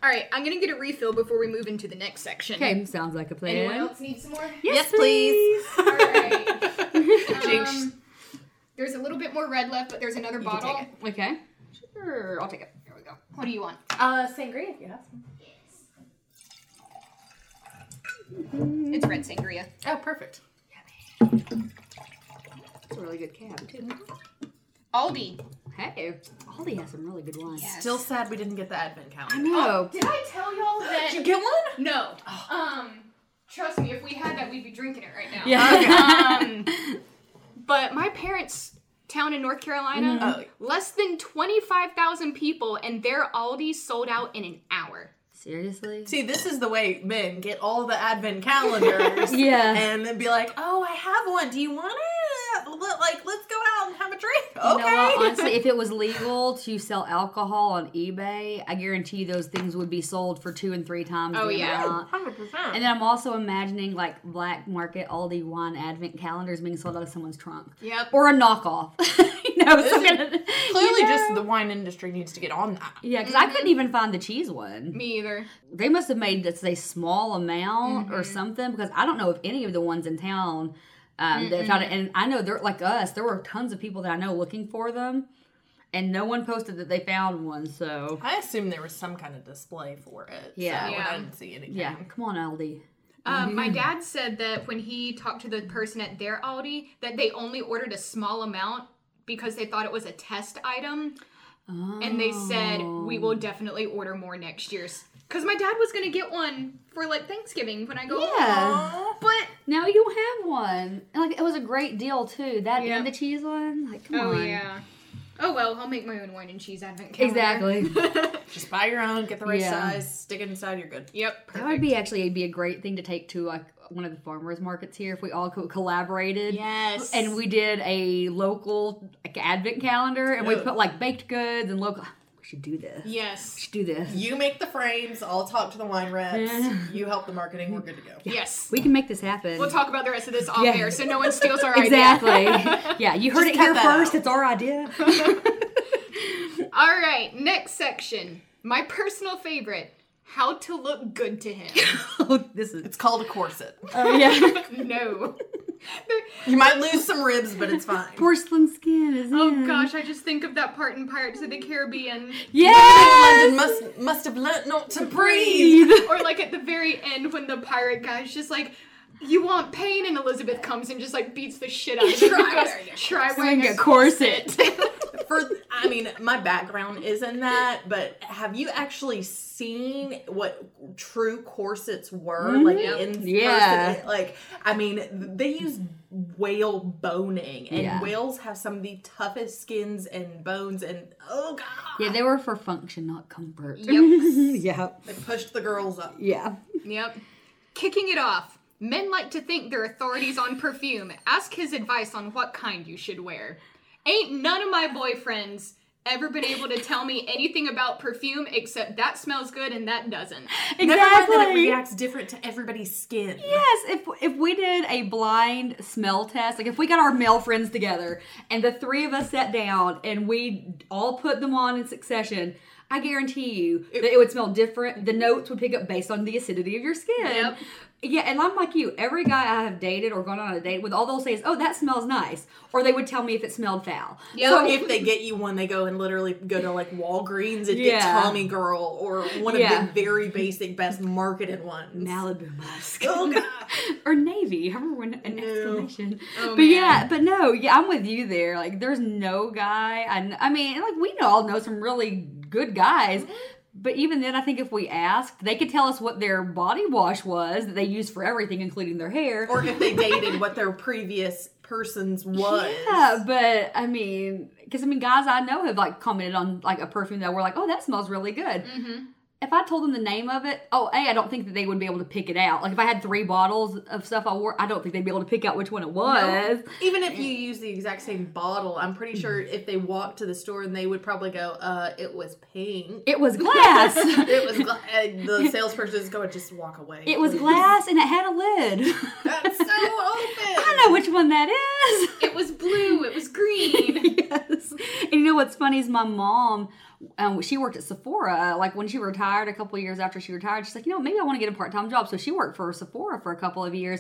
D: All right, I'm gonna get a refill before we move into the next section.
A: Okay, sounds like a plan.
D: Anyone else need some more?
A: Yes,
C: Yes, please.
D: All right.
C: Jinx.
D: Um, there's a little bit more red left, but there's another
A: can
D: bottle.
A: take Okay.
D: Sure, I'll take it. There we go. What do you want?
C: Uh, sangria, if you have some.
D: It's red sangria.
C: Oh, perfect.
A: It's a really good cab too.
D: Aldi.
A: Hey, Aldi has some really good wines.
C: Still sad we didn't get the advent
A: I
C: calendar.
A: know.
D: Did I tell y'all that?
C: Did you get one?
D: No.
A: Oh.
D: Um, trust me, if we had that, we'd be drinking it right now.
A: Yeah.
D: Um, but my parents' town in North Carolina,
A: Oh.
C: Mhm.
D: less than 25,000 people, and their Aldi sold out in an hour.
A: Seriously?
C: See, this is the way men get all the advent calendars.
A: Yeah.
C: And then be like, oh, I have one. Do you want it? Let- Like, let's go out and have a drink. Okay.
A: You know what? Honestly, if it was legal to sell alcohol on eBay, I guarantee those things would be sold for two and three times.
D: Oh,
A: the
D: yeah.
A: amount.
C: 100%.
A: And then I'm also imagining like black market Aldi wine advent calendars being sold out of someone's trunk.
D: Yep.
A: Or a knockoff. you know, some kind of-
C: Clearly,
A: you know?
C: just Mm-hmm. the wine industry needs to get on that.
A: Yeah, because I couldn't even find the cheese one.
D: Me either.
A: They must have made this a small amount
C: Mm-hmm.
A: or something because I don't know if any of the ones in town um, that found it. And I know they're like us. There were tons of people that I know looking for them, and no one posted that they found one. So
C: I assume there was some kind of display for it.
A: Yeah.
C: So
D: Yeah.
C: I didn't see anything.
A: yeah, come on, Aldi.
D: Um, My
A: Mm-hmm.
D: dad said that when he talked to the person at their Aldi, that they only ordered a small amount because they thought it was a test item. And they said, we
A: Oh.
D: will definitely order more next year's. Because my dad was going to get one for like Thanksgiving when I go home.
A: Yeah.
D: But
A: Now you don't have one. And like it was a great deal too. That
D: Yeah.
A: and the cheese one. Like come
D: Oh
A: on.
D: yeah. Oh well, I'll make my own wine and cheese advent calendar.
A: Exactly.
C: Just buy your own, get the right
A: Yeah.
C: size, stick it inside, you're good.
D: Yep.
A: That would be actually it'd be a great thing to take to like one of the farmers markets here if we all co- collaborated.
C: Yes.
A: And we did a local like advent calendar, and we
C: Good.
A: put like baked goods and local. "Ah, We should do this. We
D: Yes.
A: should do this.
C: You make the frames, I'll talk to the wine reps, you help the marketing, we're good to go.
D: Yes.
A: We can make this happen.
D: We'll talk about the rest of this off
A: Yeah.
D: air, so no one steals our
A: exactly. yeah, you heard it
C: cut
A: here
C: that
A: first.
C: out.
A: It's our idea.
D: idea. All right. Next section. My personal favorite: how to look good to him.
A: oh, this is.
C: It's called a corset.
A: Oh yeah.
D: no.
C: You might lose some ribs, but it's fine.
A: Porcelain skin is.
D: Oh
A: in.
D: gosh, I just think of that part in Pirates of the Caribbean,
A: Yes.
C: London must must have learnt not to breathe.
A: Breathe.
D: or like at the very end when the pirate guy's just like. You want pain, and Elizabeth comes and just like beats the shit out of him.
C: Try
D: Goes,
C: wearing a
D: Try wearing
A: Like
D: a
A: a corset.
C: For I mean, my background is in that, but have you actually seen what true corsets were like in
A: Mm-hmm. Yeah.
C: person? Like I mean, they use whale boning, and
A: Yeah.
C: whales have some of the toughest skins and bones, and oh god,
A: yeah, they were for function, not comfort.
D: Yep.
A: yeah.
C: they pushed the girls up.
A: Yeah.
D: Yep. Kicking it off. Men like to think they're authorities on perfume. Ask his advice on what kind you should wear. Ain't none of my boyfriends ever been able to tell me anything about perfume except that smells good and that doesn't.
C: Never mind that it
A: Exactly.
C: reacts different to everybody's skin.
A: Yes, if if we did a blind smell test, like if we got our male friends together and the three of us sat down and we all put them on in succession, I guarantee you that it would smell different. The notes would pick up based on the acidity of your skin.
D: Yep.
A: Yeah, and I'm like you. Every guy I have dated or gone on a date with, all they'll say is, "Oh, that smells nice," or they would tell me if it smelled foul.
D: Yep.
C: So if they get you one, they go and literally go to like Walgreens and get
A: Yeah.
C: Tommy Girl or one of
A: Yeah.
C: the very basic, best marketed ones.
A: Malibu musk.
C: Oh god.
A: or navy. I remember when an exclamation.
D: Oh,
A: but yeah, but no, yeah, I'm with you there. Like, there's no guy. I, kn- I mean, like we know all know some really good guys, But even then, I think if we asked, they could tell us what their body wash was that they used for everything, including their hair.
C: or if they dated what their previous person's was.
A: Yeah, but I mean, because I mean, guys I know have like commented on like a perfume that were like, oh, that smells really good. If I told them the name of it, oh, A, I don't think that they would be able to pick it out. Like if I had three bottles of stuff I wore, I don't think they'd be able to pick out which one it was.
C: Even if you use the exact same bottle, I'm pretty sure
A: Mm.
C: if they walked to the store and they would probably go, uh, it was pink.
A: It was glass.
C: It was, gla- and the salesperson is going, just walk away.
A: It was
C: please."
A: glass and it had a lid.
C: That's so open.
A: I know which one that is.
D: It was blue. It was green.
A: yes. And you know what's funny is my mom, um, she worked at Sephora. Like when she retired, a couple of years after she retired, she's like, you know, maybe I want to get a part time job. So she worked for Sephora for a couple of years.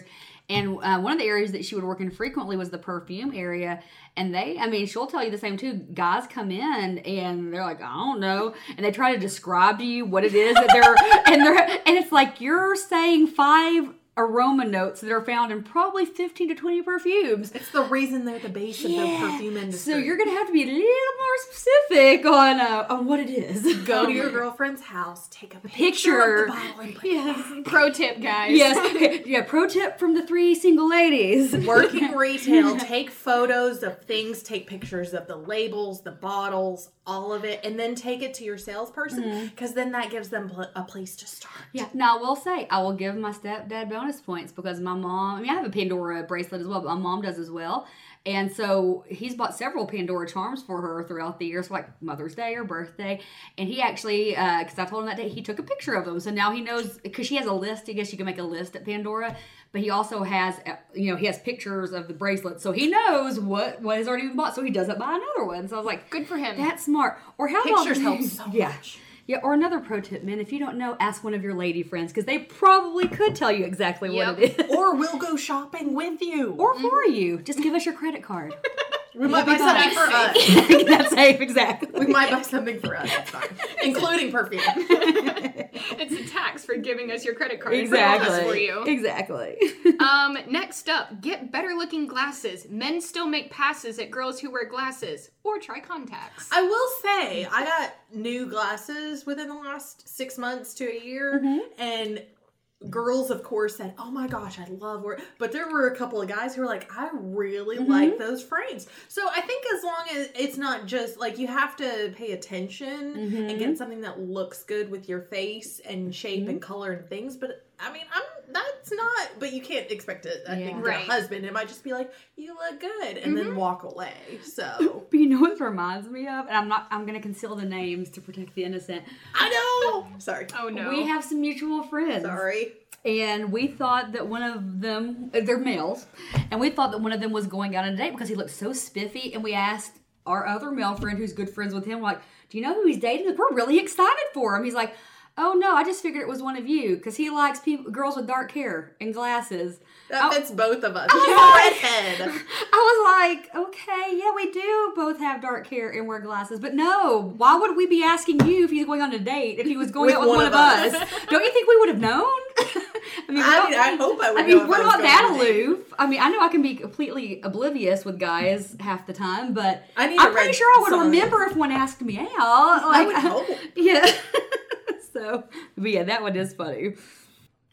A: And uh, one of the areas that she would work in frequently was the perfume area. And they, I mean, she'll tell you the same too. Guys come in and they're like, I don't know. And they try to describe to you what it is that they're, and they're, and it's like, you're saying five aroma notes that are found in probably 15 to 20 perfumes.
C: It's the reason they're the base of the perfume industry.
A: So you're gonna have to be a little more specific on uh, on what it is.
C: go to your girlfriend's house, take a picture,
A: Picture.
C: of the bottle and put
A: Yes.
F: Pro tip, guys.
A: Yes. Okay. Yeah. Pro tip from the three single ladies.
C: Working retail, take photos of things, take pictures of the labels, the bottles, all of it, and then take it to your salesperson because then that gives them pl- a place to start.
A: Yeah. Now I will say I will give my stepdad bonus points because my mom. I mean, I have a Pandora bracelet as well, but my mom does as well. And so he's bought several Pandora charms for her throughout the years, like Mother's Day or birthday. And he actually, because I told him that day, he took a picture of them. So now he knows because she has a list. I guess you can make a list at Pandora, but he also has, uh, you know, he has pictures of the bracelet, so he knows what what has already been bought. So he doesn't buy another one. So I was like,
F: Good for him.
A: That's smart. Or how about-
C: Pictures help so
A: yeah.
C: much.
A: Yeah, or another pro tip, men, if you don't know, ask one of your lady friends because they probably could tell you exactly what it is.
C: Or we'll go shopping with you.
A: Or for
D: Mm-hmm.
A: you. Just give us your credit card.
C: we might buy something for us.
A: That's safe, exactly.
C: We might buy something for us. It's fine. Including perfume.
D: it's a tax for giving us your credit card. It's
A: Exactly.
D: for you.
A: Exactly.
D: Um, next up, get better looking glasses. Men still make passes at girls who wear glasses, or try contacts.
C: I will say, I got new glasses within the last six months to a year, and girls, of course, said, "Oh my gosh, I love wear." But there were a couple of guys who were like, "I really like those frames." So I think as long as it's not just like you have to pay attention and get something that looks good with your face and shape and color and things, but. I mean, I'm that's not, but you can't expect it. I
A: Yeah.
C: think
D: Right.
C: your husband, it might just be like, "You look good," and then walk away. So
A: But you know what it reminds me of? And I'm not I'm gonna conceal the names to protect the innocent.
C: I know. Sorry.
D: oh no.
A: We have some mutual friends.
C: Sorry.
A: and we thought that one of them uh, they're males and we thought that one of them was going out on a date because he looked so spiffy and we asked our other male friend who's good friends with him like do you know who he's dating Like, we're really excited for him he's like oh no i just figured it was one of you because he likes people girls with dark hair and glasses
C: That
A: I-
C: fits both of us. She's a redhead.
A: I was like, okay, yeah, we do both have dark hair and wear glasses, but no, why would we be asking you if he's going on a date if he was going
C: With
A: out with one, of us? Don't you think we would have known? I mean,
C: I
A: we're
C: mean,
A: not-
C: I hope I would
A: I mean,
C: know if
A: we're
C: I was
A: not
C: going
A: that
C: on a date.
A: aloof. I mean, I know I can be completely oblivious with guys half the time, but
C: I need a
A: I'm pretty
C: red
A: sure I would
C: sign.
A: remember if one asked me out. Like,
C: would hope.
A: Yeah. so, but yeah, that one is funny.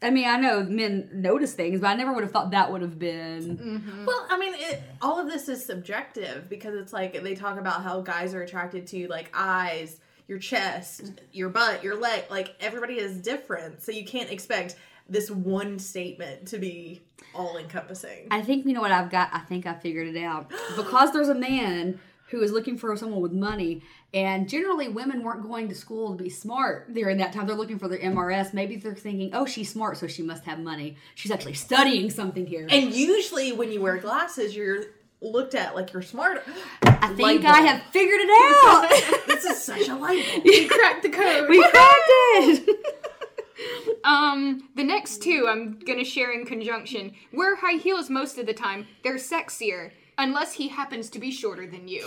A: I mean, I know men notice things, but I never would have thought that would have been.
C: Well, I mean, it, all of this is subjective because it's like they talk about how guys are attracted to like eyes, your chest, your butt, your leg. Like everybody is different, so you can't expect this one statement to be all encompassing.
A: I think you know what I've got. I think I figured it out because there's a man who is looking for someone with money, and generally women weren't going to school to be smart during that time. They're looking for their MRS. Maybe they're thinking, "Oh, she's smart, so she must have money. She's actually studying something here."
C: And usually, when you wear glasses, you're looked at like you're smarter.
A: I think I have figured it out.
C: This is such a label.
D: We cracked the code.
A: we cracked it.
F: Um, the next two I'm gonna share in conjunction. Wear high heels most of the time. They're sexier, unless he happens to be shorter than you.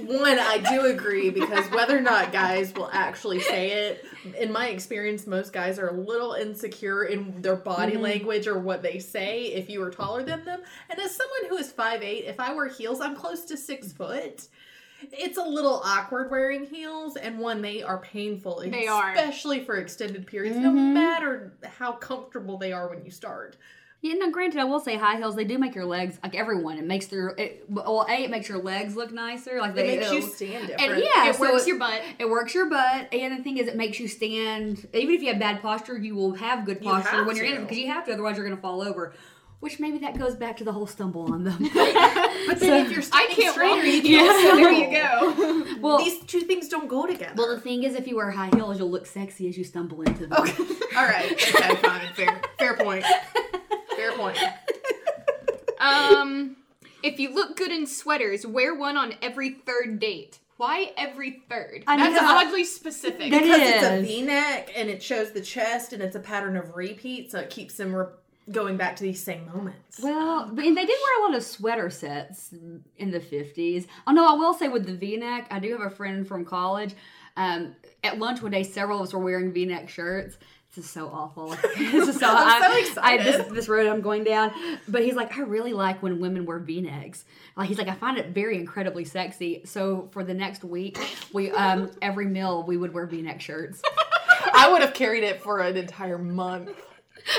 C: One, I do agree because whether or not guys will actually say it, in my experience, most guys are a little insecure in their body
A: Mm-hmm.
C: language or what they say if you are taller than them. And as someone who is 5'8, if I wear heels, I'm close to six foot. It's a little awkward wearing heels, and one they are painful,
D: They are.
C: especially for extended periods. No
A: Mm-hmm.
C: matter how comfortable they are when you start,
A: Yeah, no, granted, I will say high heels, they do make your legs, like everyone, it makes their, it, well, A, it makes your legs look nicer. Like
C: it
A: they,
C: makes you
A: it'll-
C: stand
A: and
C: different.
A: yeah,
D: it
A: so
D: works
A: it-
D: your butt.
A: It works your butt, and the thing is, it makes you stand. Even if you have bad posture, you will have good
C: You
A: posture
C: have
A: when you're in it
C: to.
A: because you have to. Otherwise, you're going to fall over. Which maybe that goes back to the whole stumble on them.
C: But then if you're
D: I
C: standing
D: can't walk.
C: straighter, you
D: either, so there
C: stumble.
D: you go.
A: well,
C: these two things don't go together.
A: well, the thing is, if you wear high heels, you'll look sexy as you stumble into them.
C: Okay. All right. Okay. Fine. Fair. Fair point. Fair point.
D: Um,
B: If you look good in sweaters, wear one on every third date. Why every third?
A: I mean,
D: that's
A: that's-
D: oddly specific.
A: That
C: Because it's a
A: is.
C: V-neck and it shows the chest and it's a pattern of repeat, so it keeps them re- going back to these same moments.
A: Well, but- and they did wear a lot of sweater sets in the 50s. Although I will say with the v-neck, I do have a friend from college. Um, at lunch one day, several of us were wearing v-neck shirts. This is so awful. this is so,
C: I'm so
A: I, I, this,
C: excited.
A: this road I'm going down. But he's like, I really like when women wear v-necks. Like he's like, I find it very incredibly sexy. So for the next week, we um every meal we would wear v-neck shirts.
G: I would have carried it for an entire month.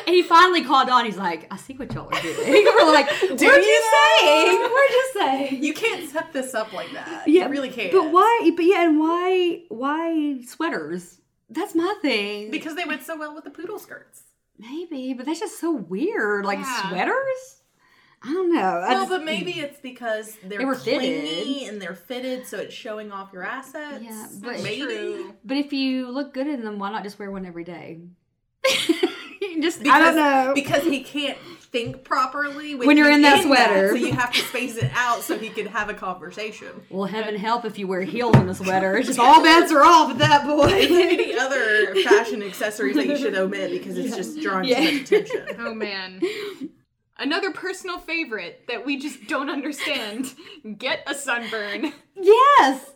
A: And he finally called on. He's like, I see what y'all are doing. we're like, we're just saying. We're just saying.
C: You can't set this up like that.
A: Yeah,
C: you really can't.
A: But why? But yeah, and why? Why sweaters? That's my thing.
C: Because they went so well with the poodle skirts.
A: Maybe, but that's just so weird. Like
D: Yeah.
A: sweaters. I don't know. I
C: Well,
A: just-
C: but maybe it's because they're
A: They were
C: clingy
A: fitted.
C: and they're fitted, so it's showing off your assets.
A: Yeah, but-
C: maybe.
D: True.
A: but if you look good in them, why not just wear one every day? just
C: Because,
A: I don't know.
C: because he can't think properly when,
A: When you're
C: he's
A: in that sweater.
C: so you have to space it out so he can have a conversation.
A: well, heaven help if you wear heels in a sweater. It's just all bets are off at that point.
C: any other fashion accessories that you should omit because it's just drawing too much attention.
D: Oh man. Another personal favorite that we just don't understand. Get a sunburn.
A: yes.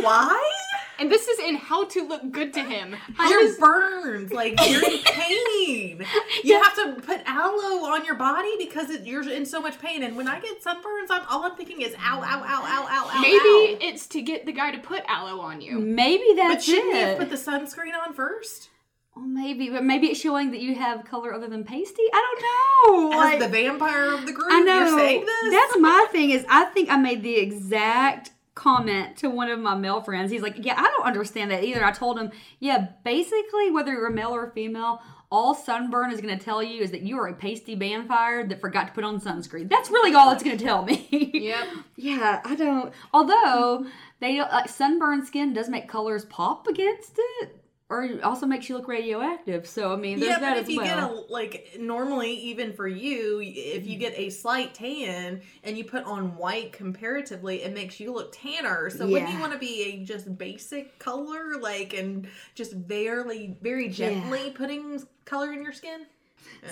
C: Why?
D: And this is in How to Look Good to Him.
C: Your burns, like you're in pain. You have to put aloe on your body because it, you're in so much pain. And when I get sunburns, I'm all I'm thinking is ow, ow, ow, ow, ow, ow.
D: Maybe it's to get the guy to put aloe on you.
A: Maybe
C: Ow.
A: that's
C: But shouldn't you
A: it.
C: have put the sunscreen on first?
A: Well, maybe, but maybe it's showing that you have color other than pasty. I don't know.
C: As
A: Like-
C: the vampire of the group,
A: I know.
C: you're saying this.
A: That's my thing. Is I think I made the exact comment to one of my male friends. He's like, "Yeah, I don't understand that either." I told him, "Yeah, basically, whether you're a male or a female." All sunburn is going to tell you is that you are a pasty vampire that forgot to put on sunscreen. That's really all it's going to tell me.
D: Yep.
A: yeah, I don't. Although they like sunburned skin does make colors pop against it, or it also makes you look radioactive. So I mean, there's
C: yeah,
A: that
C: but
A: as
C: if you
A: well. Mm-hmm.
C: get a like normally even for you, if you get a slight tan and you put on white comparatively, it makes you look tanner. So wouldn't you
A: Yeah.
C: want to be a just basic color, like and just barely, very gently putting color in your skin?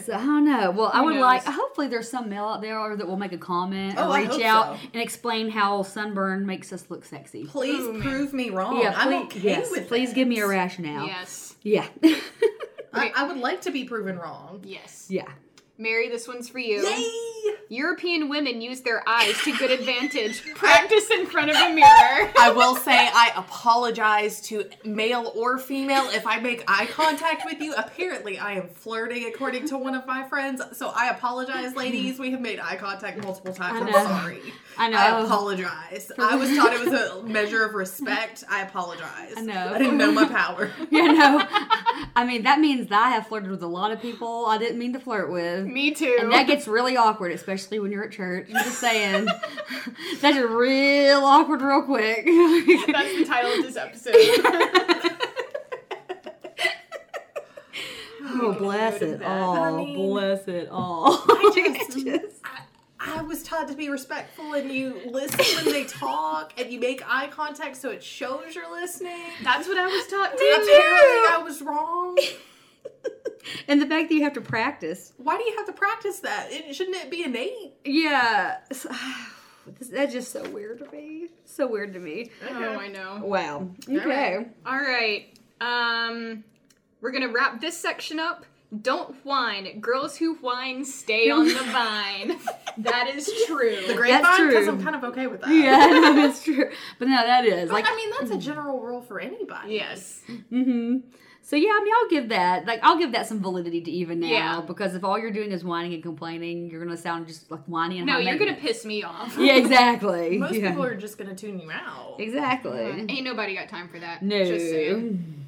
A: So I don't know. Well, I would
D: knows?
A: like. Hopefully, there's some male out there that will make a comment
C: Oh,
A: or
C: I
A: reach
C: hope
A: out
C: so.
A: and explain how sunburn makes us look sexy.
C: Please prove me wrong.
A: Mm. yeah, please,
C: I'm okay
A: yes,
C: with
A: please
C: that.
A: give me a rationale.
D: Yes.
A: Yeah,
C: I, I would like to be proven wrong.
D: Yes.
A: yeah.
D: Mary, this one's for you.
C: Yay!
D: European women use their eyes to good advantage. Practice in front of a mirror.
G: I will say I apologize to male or female if I make
C: Eye contact with you. Apparently, I am flirting, according to one of my friends. So I apologize, ladies. We have made eye contact multiple times.
A: I
C: I'm
A: know.
C: sorry.
A: I know.
C: I apologize. I was taught it was a measure of respect. I apologize.
A: I know.
C: I didn't know my power.
A: You know, I mean that means that I have flirted with a lot of people I didn't mean to flirt with.
D: Me too.
A: And that gets really awkward, especially when you're at church. I'm just saying, that's real awkward, real quick.
D: That's the title of this episode.
A: oh, bless it all!
C: mean-
A: bless it all! Just-
C: I was taught to be respectful, and you listen when they talk, and you make eye contact, so it shows you're listening.
D: That's what I was taught to.
C: Apparently, I was wrong.
A: and the fact that you have to practice
C: Why do you have to practice that? It, shouldn't it be innate?
A: Yeah. s- this- That's just so weird to me. So weird to me.
D: Oh, I know.
A: Wow. Okay.
D: All right. Um, we're gonna wrap this section up. Don't whine. Girls who whine stay on the vine. that is true.
C: The grapevine, because
A: true.
C: I'm kind of okay with that.
A: Yeah, no, that's true. But no, that is
C: But
A: like, mm.
C: I mean, that's a general rule for anybody.
D: yes.
A: hmm So yeah, I mean, I'll give that like I'll give that some validity to even now
D: Yeah.
A: because if all you're doing is whining and complaining, you're gonna sound just like whiny and
D: No,
A: high
D: you're gonna
A: maintenance.
D: piss me off.
A: yeah, exactly.
C: Most
A: yeah.
C: people are just going to tune you out.
A: exactly.
H: Ain't nobody got time for that.
A: No.
H: Just saying.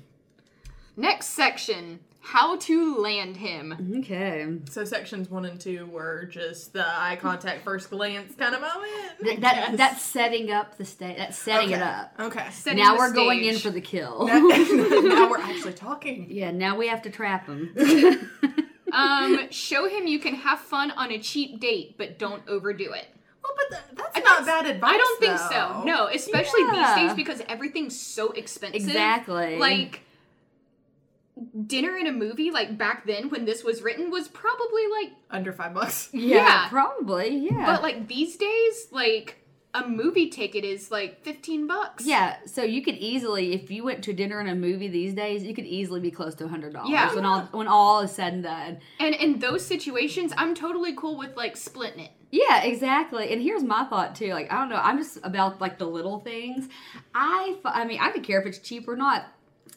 H: Next section. How to land him.
A: Mhm. Okay.
C: So sections one and two were just the eye contact, first glance kind of moment.
A: That,
C: Yes.
A: that that's setting up the state. That's setting it
C: Okay.
A: up.
C: Okay.
H: Setting
A: now
H: the
A: we're going in
H: stage.
A: for the kill.
C: now we're actually talking.
A: yeah. Now we have to trap him.
D: Um, show him you can have fun on a cheap date, but don't overdo it.
C: Well, but th- that's not bad advice.
D: I don't think
C: though.
D: so. No, especially
A: Yeah.
D: these days because everything's so expensive.
A: Exactly.
D: Like dinner in a movie, like back then when this was written, was probably like.
C: Under five bucks.
A: yeah,
D: yeah.
A: Probably. Yeah.
D: But like these days, like a movie ticket is like fifteen bucks.
A: Yeah, so you could easily, if you went to dinner and a movie these days, you could easily be close to hundred dollars
D: Yeah.
A: when all when all is said and done.
D: And in those situations, I'm totally cool with like splitting it.
A: Yeah, exactly. And here's my thought too. Like I don't know, I'm just about like the little things. I f- I mean, I could care if it's cheap or not.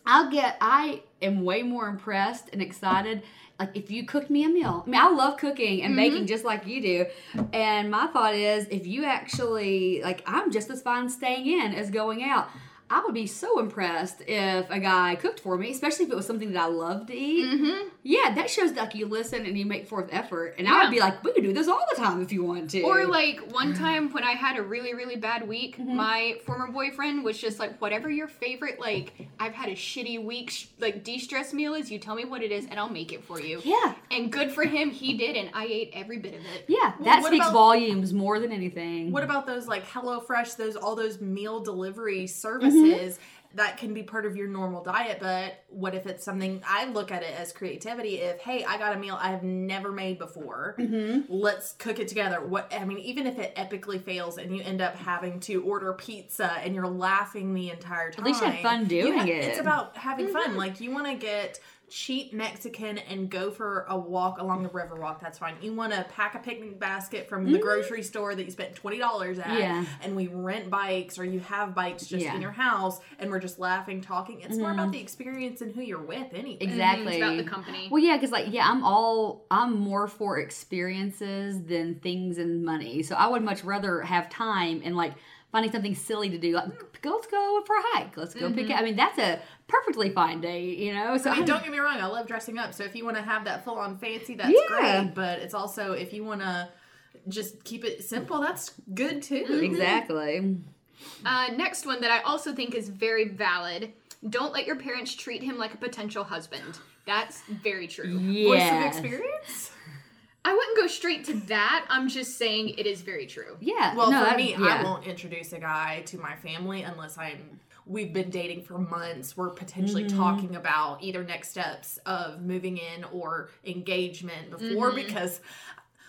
A: I'll get. I am way more impressed and excited. Like if you cooked me a meal. I mean, I love cooking and baking just like you do. And my thought is, if you actually like, I'm just as fine staying in as going out. I would be so impressed if a guy cooked for me, especially if it was something that I love to eat.
D: Mm-hmm.
A: Yeah, that shows like you listen and you make forth effort. And I
D: Yeah.
A: would be like, we could do this all the time if you want to.
D: Or like one time when I had a really really bad week,
A: Mm-hmm.
D: my former boyfriend was just like, "Whatever your favorite like, I've had a shitty week sh- like de stress meal is. You tell me what it is, and I'll make it for you."
A: yeah,
D: And good for him, he did, and I ate every bit of it.
A: yeah,
C: Well,
A: that
C: what
A: speaks
C: about-
A: volumes more than anything.
C: What about those like HelloFresh, those all those meal
A: Mm-hmm.
C: delivery services that can be part of your normal diet? But what if it's something I look at it as creativity? If hey, I got a meal I have never made before,
A: Mm-hmm.
C: let's cook it together. What I mean, even if it epically fails and you end up having to order pizza and you're laughing the entire time,
A: least you had fun
C: you
A: doing
C: ha-
A: it.
C: It's about having
A: Mm-hmm.
C: fun. Like you want to get. Cheap Mexican and go for a walk along the river walk. That's fine. You want to pack a picnic basket from the grocery store that you spent twenty dollars at
A: Mm-hmm. Yeah.
C: and we rent bikes or you have bikes just
A: Yeah. Mm-hmm.
C: in your house and we're just laughing talking it's more about the experience and who you're with anyway
A: exactly
D: It's about the company.
A: Well, yeah, because like yeah, I'm all I'm more for experiences than things and money. So I would much rather have time and like finding something silly to do. Like go- let's go for a hike. Let's go
C: Mm-hmm.
A: pick. I mean, that's a perfectly fine day. You know. So
C: I mean,
A: I'm-
C: don't get me wrong i love dressing up so if you want to have that full-on fancy that's
A: Yeah.
C: great but it's also if you want to just keep it simple that's good too
A: Mm-hmm. exactly.
D: Uh, next one that I also think is very valid. Don't let your parents treat him like a potential husband. That's very true.
C: voice
A: Yeah.
C: of experience
D: I wouldn't go straight to that. I'm just saying it is very true.
A: Yeah.
C: well
A: no,
C: for
A: that-
C: me
A: yeah.
C: i won't introduce a guy to my family unless i'm we've been dating for months we're potentially
A: Mm-hmm.
C: talking about either next steps of moving in or engagement before
A: Mm-hmm.
C: because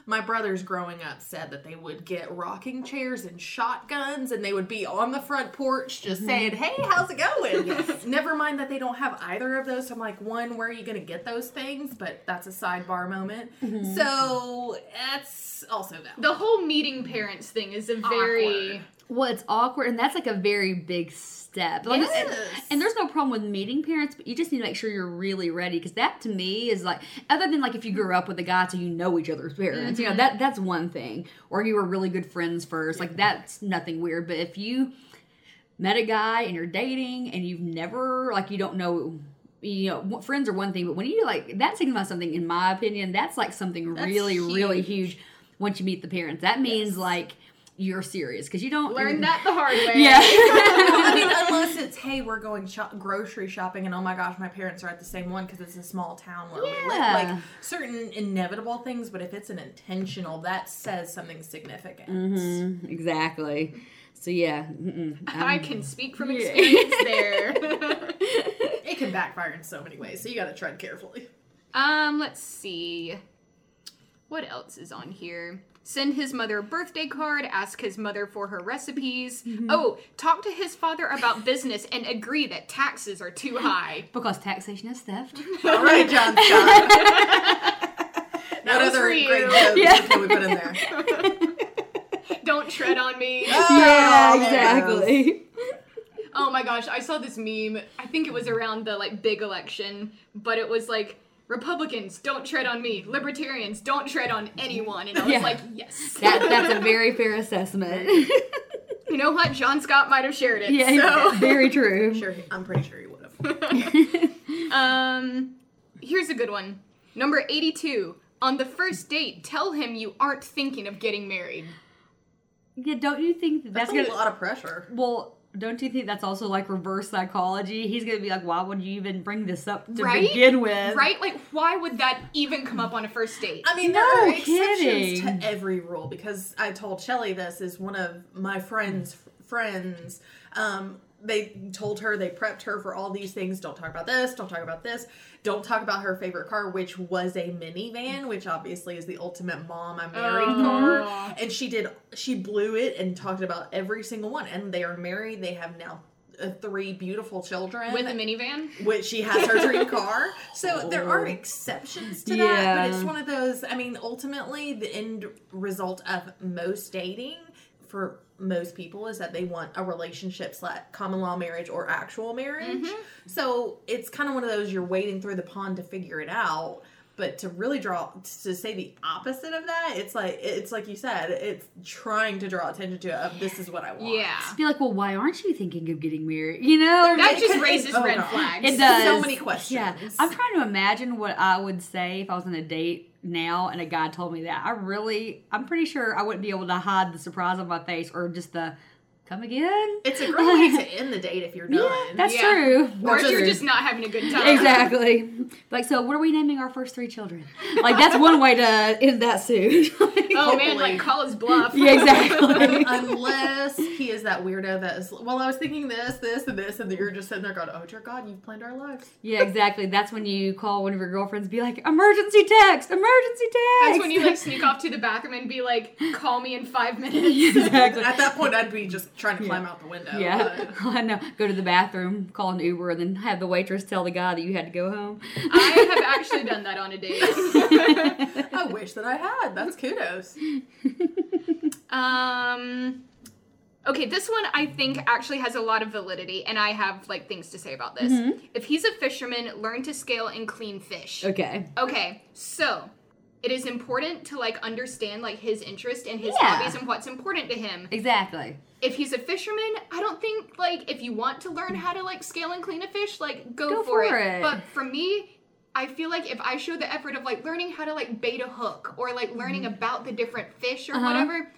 C: my brothers growing up said that they would get rocking chairs and shotguns and they would be on the front porch
A: Mm-hmm.
C: just saying, Hey, how's it going? Never mind that they don't have either of those. So I'm like, one, where are you gonna get those things? But that's a sidebar moment.
A: Mm-hmm.
C: So that's also that.
D: The whole meeting parents thing is a very
C: Awkward.
A: Well, it's awkward, and that's like a very big step. Like,
C: It
A: and-
C: is.
A: And there's no problem with meeting parents, but you just need to make sure you're really ready because that to me is like, other than like if you grew up with a guy so you know each other's parents, you know that that's one thing. Or you were really good friends first, like that's nothing weird. But if you met a guy and you're dating and you've never like you don't know. You know, w- friends are one thing, but when you like that signifies something, in my opinion, that's like something really, really huge. Once you meet the parents, that means like you're serious because you don't
D: learn that the hard way.
A: Mm. Yeah.
C: I mean, unless it's hey, we're going shop- grocery shopping, and oh my gosh, my parents are at the same one because it's a small town where we live.
A: Yeah.
C: Like certain inevitable things, but if it's an intentional, that says something significant.
A: Mhm, exactly. So yeah, mm-mm.
D: I can speak from experience there.
C: It can backfire in so many ways, so you got to tread carefully.
D: um, let's see. Um, What else is on here? Send his mother a birthday card, ask his mother for her recipes.
A: Mm-hmm.
D: Oh, talk to his father about business and agree that taxes are too high.
A: Because taxation is theft.
C: All right, John Scott. what
D: was
C: other
D: for you.
C: great jokes
A: Yeah.
C: can we put in there?
D: Don't tread on me.
C: Oh,
D: Oh my gosh, I saw this meme. I think it was around the like big election, but it was like Republicans don't tread on me, libertarians don't tread on anyone, and I was
A: Yeah.
D: like, yes.
A: That, that's a very fair assessment.
D: you know what? John Scott might have shared it.
A: yeah,
D: so.
A: very true.
C: Sure, I'm pretty sure you would have.
D: Um, here's a good one. Number 82. On the first date, tell him you aren't thinking of getting married.
A: Yeah, don't you think that that's,
C: That's, a
A: gonna?
C: lot of pressure.
A: Well, don't you think that's also like reverse psychology? He's gonna be like, why would you even bring this up to
D: Right?
A: begin with?
D: Right? Like, why would that even come up on a first date?
C: I mean,
A: No
C: there are exceptions
A: kidding.
C: to every rule because I told Shelly this is one of my friends' f- friends. Um, they told her they prepped her for all these things. Don't talk about this. Don't talk about this. Don't talk about her favorite car, which was a minivan, which obviously is the ultimate mom I'm married
A: Oh.
C: car. And she did. She blew it and talked about every single one. And they are married. They have now uh, three beautiful children
D: With a minivan?
C: which she has her dream car. So there
D: Oh.
C: are exceptions to that, but it's
A: Yeah.
C: one of those. I mean, ultimately, the end result of most dating for most people is that they want a relationship, slash common law marriage, or actual marriage.
D: Mm-hmm.
C: So it's kind of one of those you're wading through the pond to figure it out. But to really draw to say the opposite of that, it's like it's like you said, it's trying to draw attention to it of this is what I want.
D: Yeah.
A: Be like, well, why aren't you thinking of getting married? You know,
D: That
C: It
D: just
C: could-
D: raises
C: oh,
D: red
C: God.
D: flags.
A: It does.
C: So many questions.
A: Yeah, I'm trying to imagine what I would say if I was on a date now and a guy told me that. I really, I'm pretty sure I wouldn't be able to hide the surprise on my face or just the come again.
C: It's a great way to end the date if you're done.
A: That's
D: Yeah.
A: true.
D: Or if you're
A: True.
D: just not having a good time.
A: exactly like so. What are we naming our first three children? Like that's one way to end that suit.
D: Oh man,
C: Hopefully.
D: like call his bluff.
A: yeah, exactly.
C: Unless he is that weirdo that is, well, I was thinking this, this, and this, and you're just sitting there going, oh, dear God, you've planned our lives.
A: yeah, exactly. That's when you call one of your girlfriends, be like, "Emergency text! Emergency text!"
D: That's when you like sneak off to the bathroom and be like, call me in five minutes.
A: exactly.
C: At that point, I'd be just trying to climb out the window.
A: Yeah, I know. Go to the bathroom, call an Uber, and then have the waitress tell the guy that you had to go home.
D: I have actually done that on a date.
C: but I wish that I had. That's kudos.
D: Um Okay, this one I think actually has a lot of validity and I have like things to say about this. If he's a fisherman, learn to scale and clean fish.
A: Mm-hmm. Okay.
D: Okay, so it is important to like understand like his interest and his
A: Yeah.
D: hobbies and what's important to him.
A: Exactly.
D: If he's a fisherman, I don't think like if you want to learn how to like scale and clean a fish, like go,
A: Go
D: for,
A: for
D: it.
A: it.
D: But for me, I feel like if I show the effort of like learning how to like bait a hook or like learning about the different fish or
A: Mm-hmm. Uh-huh.
D: whatever,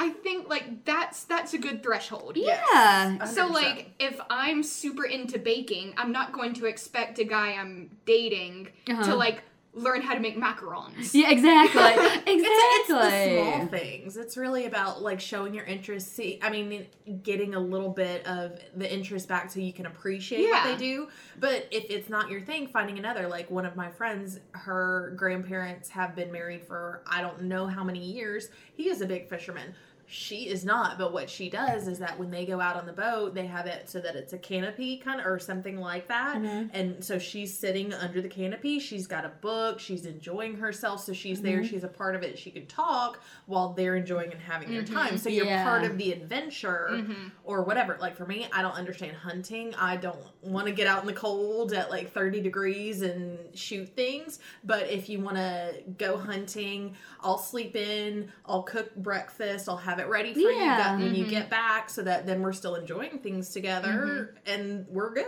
D: I think like that's that's a good threshold.
A: Yeah.
C: Yes.
D: So
C: 100%.
D: like if I'm super into baking, I'm not going to expect a guy I'm dating to
A: Uh-huh.
D: like learn how to make macarons.
A: Yeah, exactly. exactly.
C: It's, it's the small things. It's really about like showing your interest. See, I mean, getting a little bit of the interest back so you can appreciate
D: Yeah.
C: what they do. But if it's not your thing, finding another. Like one of my friends, her grandparents have been married for I don't know how many years. He is a big fisherman. She is not, but what she does is that when they go out on the boat, they have it so that it's a canopy kind of or something like that. And so she's sitting under the canopy. She's got a book. She's enjoying herself. So she's there. She's a part of it. She can talk while they're enjoying and having their time. So you're
A: Yeah.
C: part of the adventure or whatever. Like for me, I don't understand hunting. I don't want to get out in the cold at like 30 degrees and shoot things. But if you want to go hunting, I'll sleep in, I'll cook breakfast, I'll have it ready for you
A: Yeah.
C: that when you get back so that then we're still enjoying things together and we're good.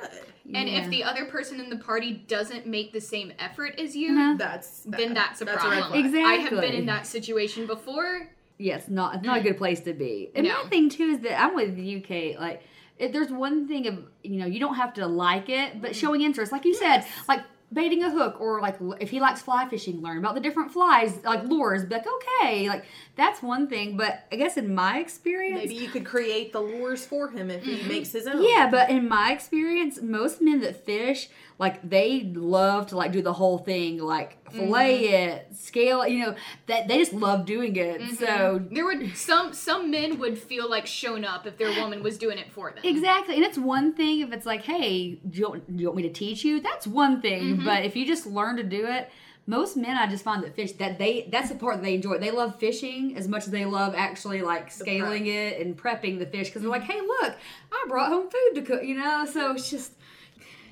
D: And
A: Yeah.
D: if the other person in the party doesn't make the same effort as you,
A: Uh-huh.
C: That's
D: then
C: bad.
D: that's a
C: That's a red
D: problem.
C: flag.
A: Exactly.
D: I have been in that situation before.
A: Yeah, it's not it's not a good place to be. And
D: No.
A: my thing too is that I'm with you, Kate. Like, if there's one thing of you know you don't have to like it, but showing interest, like you said, like baiting a hook or like l- if he likes fly fishing, learn about the different flies, like lures. Be like, okay, like that's one thing. But I guess in my experience,
C: Maybe you could create the lures for him if he makes his own.
A: yeah, but in my experience, most men that fish, like they love to like do the whole thing, like fillet it, scale it, you know, that they just love doing it. So
D: There would some some men would feel like shown up if their woman was doing it for them.
A: Exactly. And it's one thing if it's like, hey, do you want, do you want me to teach you? That's one thing. But if you just learn to do it, most men I just find that fish that they that's the part that they enjoy. They love fishing as much as they love actually like scaling it and prepping the fish because they're like, hey, look, I brought home food to cook, you know? So it's just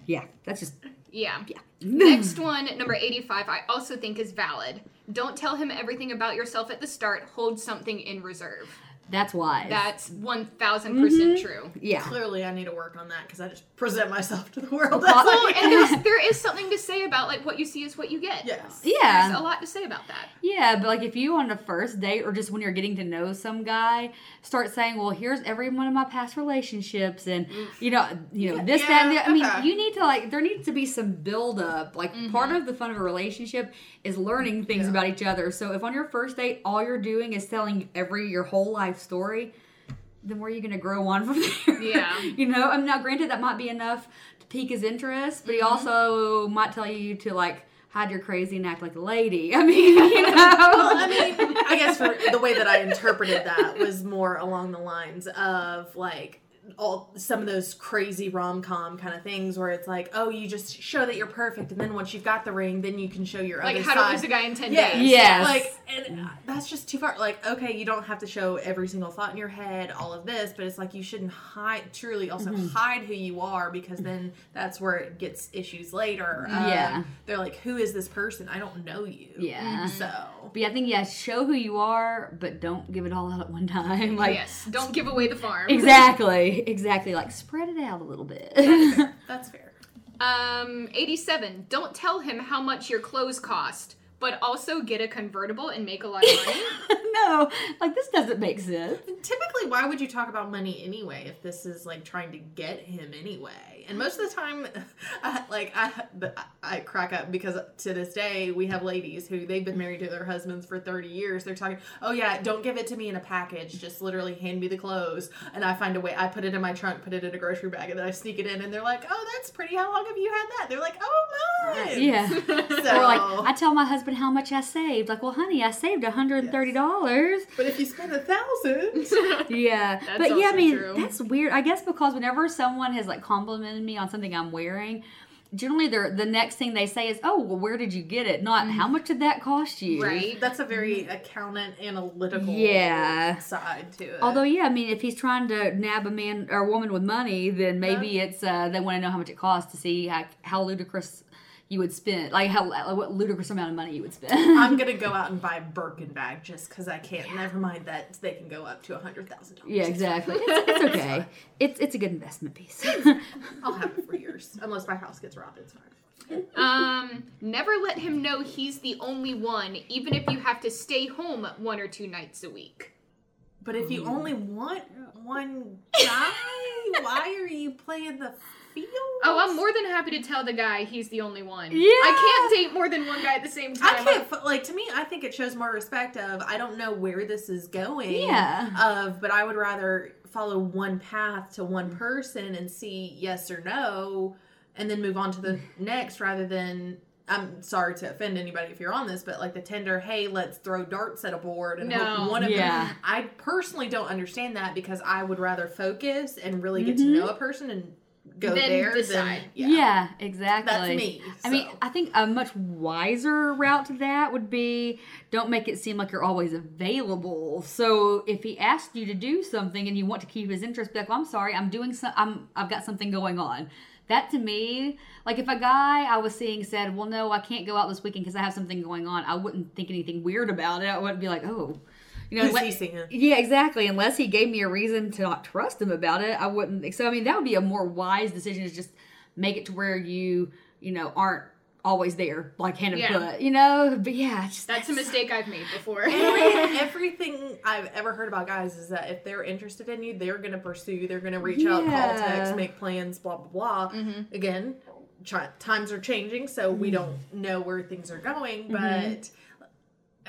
A: yeah, that's just
D: Yeah. Next one, number 85, I also think is valid. Don't tell him everything about yourself at the start. Hold something in reserve.
A: that's wise.
D: That's 1000% percent
A: Mm-hmm.
D: true.
A: yeah.
C: Clearly, I need to work on that because I just present myself to the world.
A: Well,
C: That's
A: I-
C: all.
D: And there's, there is something to say about like what you see is what you get.
C: Yes.
A: Yeah.
D: There's a lot to say about that.
A: Yeah, but like if you on the first date or just when you're getting to know some guy, start saying, "Well, here's every one of my past relationships," and
D: Mm.
A: you know, you know this, that, and the, I mean,
C: okay.
A: you need to like there needs to be some build up. Like
D: Mm-hmm.
A: part of the fun of a relationship is
D: Mm,
A: learning things about each other. So if on your first date all you're doing is telling every your whole life story, then where are you going to grow on from there?
D: Yeah.
A: you know, I'm now granted that might be enough to pique his interest, but he
C: Mm-hmm.
A: also might tell you to like hide your crazy and act like a lady. I mean, you know.
C: I mean, I guess for the way that I interpreted that was more along the lines of like all some of those crazy rom com kind of things where it's like, oh, you just show that you're perfect, and then once you've got the ring, then you can show your
D: Like
C: other
D: how to
C: side.
D: lose a guy in 10
C: Yes.
D: days.
A: Yes.
C: Like, and uh, that's just too far. Like, okay, you don't have to show every single thought in your head, all of this, but it's like you shouldn't hide, truly also
A: Mm-hmm.
C: hide who you are because then that's where it gets issues later. Um,
A: Yeah.
C: They're like, who is this person? I don't know you.
A: Yeah.
C: So.
A: But yeah, I think yeah, show who you are, but don't give it all out at one time. Like
D: yes. Don't give away the farm.
A: exactly, exactly. Like spread it out a little bit.
C: That's fair.
D: Um, 87. Don't tell him how much your clothes cost, but also get a convertible and make a lot of money.
A: no, like this doesn't make sense.
C: Typically, why would you talk about money anyway if this is like trying to get him anyway? And most of the time, I, like I, I crack up because to this day we have ladies who they've been married to their husbands for thirty years. They're talking, oh yeah, don't give it to me in a package. Just literally hand me the clothes, and I find a way. I put it in my trunk, put it in a grocery bag, and then I sneak it in. And they're like, oh, that's pretty. How long have you had that? They're like, oh, mine.
A: Yeah.
C: So,
A: Or like I tell my husband how much I saved. Like, well, honey, I saved hundred and thirty dollars.
C: but if you spend a thousand,
A: Yeah,
D: That's
A: but yeah, I
D: also
A: mean
D: true.
A: that's weird. I guess because whenever someone has like complimented me on something I'm wearing, generally they're the next thing they say is, "Oh, well, where did you get it?" Not how much did that cost you?
D: Mm-hmm. right?
C: that's a very accountant analytical
A: Mm-hmm. Yeah.
C: side to it.
A: Although, yeah, I mean, if he's trying to nab a man or a woman with money, then maybe it's uh, they want to know how much it costs to see how, how ludicrous you would spend, like how like what ludicrous amount of money you would spend.
C: I'm gonna go out and buy a Birkin bag just because I can't. Never mind that they can go up to a hundred thousand dollars.
A: yeah, exactly. It's, it's okay. It's it's a good investment piece.
C: I'll have it for years unless my house gets robbed. It's fine.
D: Um, never let him know he's the only one, even if you have to stay home one or two nights a week.
C: But if
A: Mm-hmm.
C: you only want one guy, why are you playing the field?
D: Oh, I'm more than happy to tell the guy he's the only one.
A: Yeah.
D: I can't date more than one guy at the same time.
C: I can't f- like to me. I think it shows more respect of I don't know where this is going.
A: Yeah.
C: Of but I would rather follow one path to one person and see yes or no, and then move on to the next rather than. I'm sorry to offend anybody if you're on this, but like the Tinder, hey, let's throw darts at a board and
D: No.
C: hope one of
A: Yeah.
C: them. I personally don't understand that because I would rather focus and really get to know a person and go
D: Then
C: there
D: decide.
C: than yeah.
A: Yeah, exactly.
C: That's me,
A: I mean,
C: so.
A: I think a much wiser route to that would be don't make it seem like you're always available. So if he asked you to do something and you want to keep his interest, be like, well, I'm sorry, I'm doing some, I'm, I've got something going on. That to me, like if a guy I was seeing said, well, no, I can't go out this weekend because I have something going on, I wouldn't think anything weird about it. I wouldn't be like, oh. You know,
C: Who's
A: let-
C: he seeing?
A: yeah, exactly. Unless he gave me a reason to not trust him about it, I wouldn't. think- So I mean, that would be a more wise decision is just make it to where you, you know, aren't always there, like hand and
D: Yeah.
A: foot, you know. But yeah, it's just
D: That's a mistake I've made before.
C: Every- everything I've ever heard about guys is that if they're interested in you, they're gonna pursue, they're gonna reach out, call,
A: Yeah. Mm-hmm.
C: text, make plans, blah blah blah. Again, try, times are changing, so we don't know where things are going, but.
A: Mm-hmm.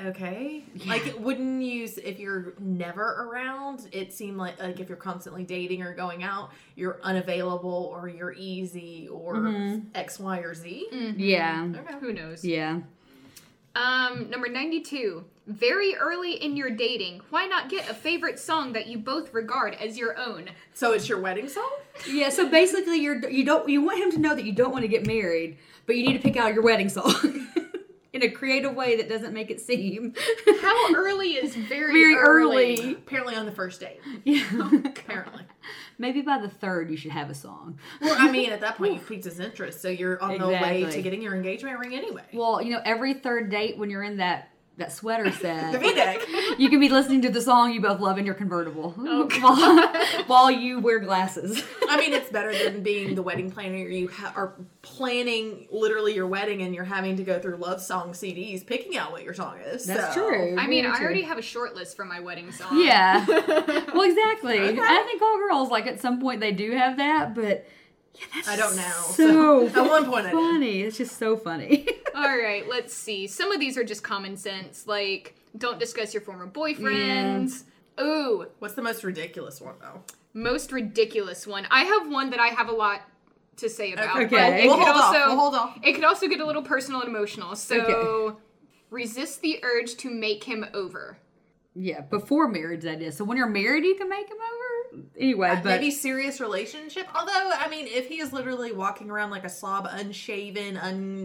C: Okay. Like it wouldn't use if you're never around, it seemed like like if you're constantly dating or going out, you're unavailable or you're easy or
A: Mm-hmm.
C: X, Y, or Z.
A: Mm. Yeah.
D: Who knows?
A: Yeah.
D: Um, number 92. Very early in your dating, why not get a favorite song that you both regard as your own?
C: So it's your wedding song?
A: Yeah. So basically, you're you don't you want him to know that you don't want to get married, but you need to pick out your wedding song in a creative way that doesn't make it seem
D: How early is very,
A: very
D: early?
A: early.
C: Apparently on the first date.
A: Yeah.
C: Apparently.
A: Maybe by the third, you should have a song.
C: Well, I mean, at that point, you piqued his interest, so you're on the way to
A: Exactly.
C: getting your engagement ring anyway.
A: Well, you know, every third date when you're in that that sweater set,
C: V-neck.
A: you can be listening to the song you both love in your convertible
C: Oh.
A: while, while you wear glasses.
C: I mean, it's better than being the wedding planner. You ha- are planning literally your wedding, and you're having to go through love song CDs, picking out what your song is.
A: That's
C: so-
A: true.
D: I mean,
A: Very
D: I
A: true.
D: already have a short list for my wedding song.
A: Yeah. well, exactly. I think all girls like at some point they do have that, but yeah, that's
C: I don't know.
A: So
C: At one point, I did.
A: funny. It's just so funny.
D: All right, let's see. Some of these are just common sense, like don't discuss your former boyfriends. Ooh,
C: What's the most ridiculous one though?
D: most ridiculous one. I have one that I have a lot to say about.
A: Okay.
D: but it
A: We'll
D: could
I: hold off,
D: also
I: we'll hold off.
D: it could also get a little personal and emotional. So
A: Okay.
D: resist the urge to make him over.
A: yeah, before marriage that is. So when you're married, you can make him over. Anyway, but
C: Uh, Maybe serious relationship. Although, I mean, if he is literally walking around like a slob, unshaven,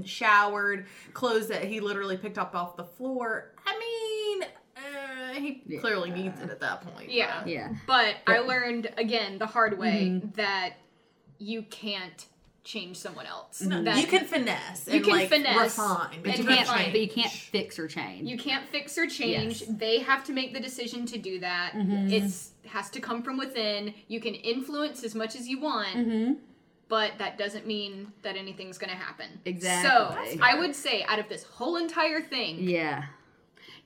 C: unshowered, clothes that he literally picked up off the floor, I mean, uh, he clearly needs it at that point.
D: Yeah.
A: yeah,
D: But I learned again the hard way
A: Mm-hmm.
D: that you can't change someone else.
A: Mm-hmm.
D: That
C: You can finesse. And
D: can
C: like,
D: finesse
C: refine,
D: and
C: but you
A: you
C: can't
A: can't,
D: refine.
C: change.
A: but you can't fix or change.
D: you can't fix or change. They have to make the decision to do that.
A: Mm-hmm.
D: It's has to come from within. You can influence as much as you want.
A: Mm-hmm.
D: But that doesn't mean that anything's going to happen.
A: Exactly.
D: So I would say, out of this whole entire thing,
A: yeah,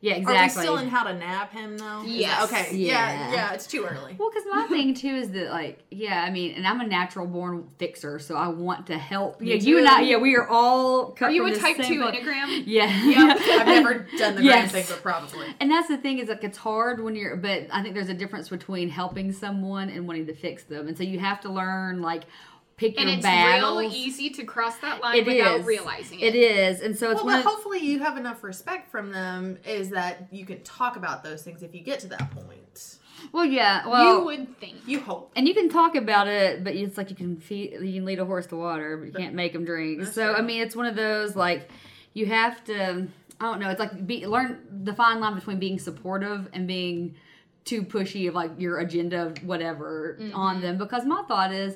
A: yeah,
C: Are
A: exactly.
C: we still in how to nab him though? Is
D: Yes.
C: that- okay. Yeah.
A: Yeah.
C: yeah. It's too early.
A: Well, because my thing too is that like, yeah, I mean, and I'm a natural born fixer, so I want to help. Yeah, you and I, yeah, we are all. Cut
D: are you
A: from
D: a
A: the
D: type
A: same
D: two
A: cloth.
D: enneagram?
A: Yeah.
C: I've never done the grand
A: Yes.
C: thing, but probably.
A: And that's the thing is like it's hard when you're, but I think there's a difference between helping someone and wanting to fix them, and so you have to learn like pick
D: And
A: your
D: it's
A: battles.
D: real easy to cross that line
A: It
D: without
A: is.
D: realizing
A: It
D: it.
A: is, and so it's one.
C: Well, but
A: of-
C: hopefully you have enough respect from them is that you can talk about those things if you get to that point.
A: well, yeah, well,
D: You would think.
C: You hope.
A: and Oh. you can talk about it, but it's like you can feed, you can lead a horse to water, but you can't make him drink. So I mean, it's one of those like you have to. I don't know. It's like be, learn the fine line between being supportive and being too pushy of like your agenda of whatever on them. Because my thought is.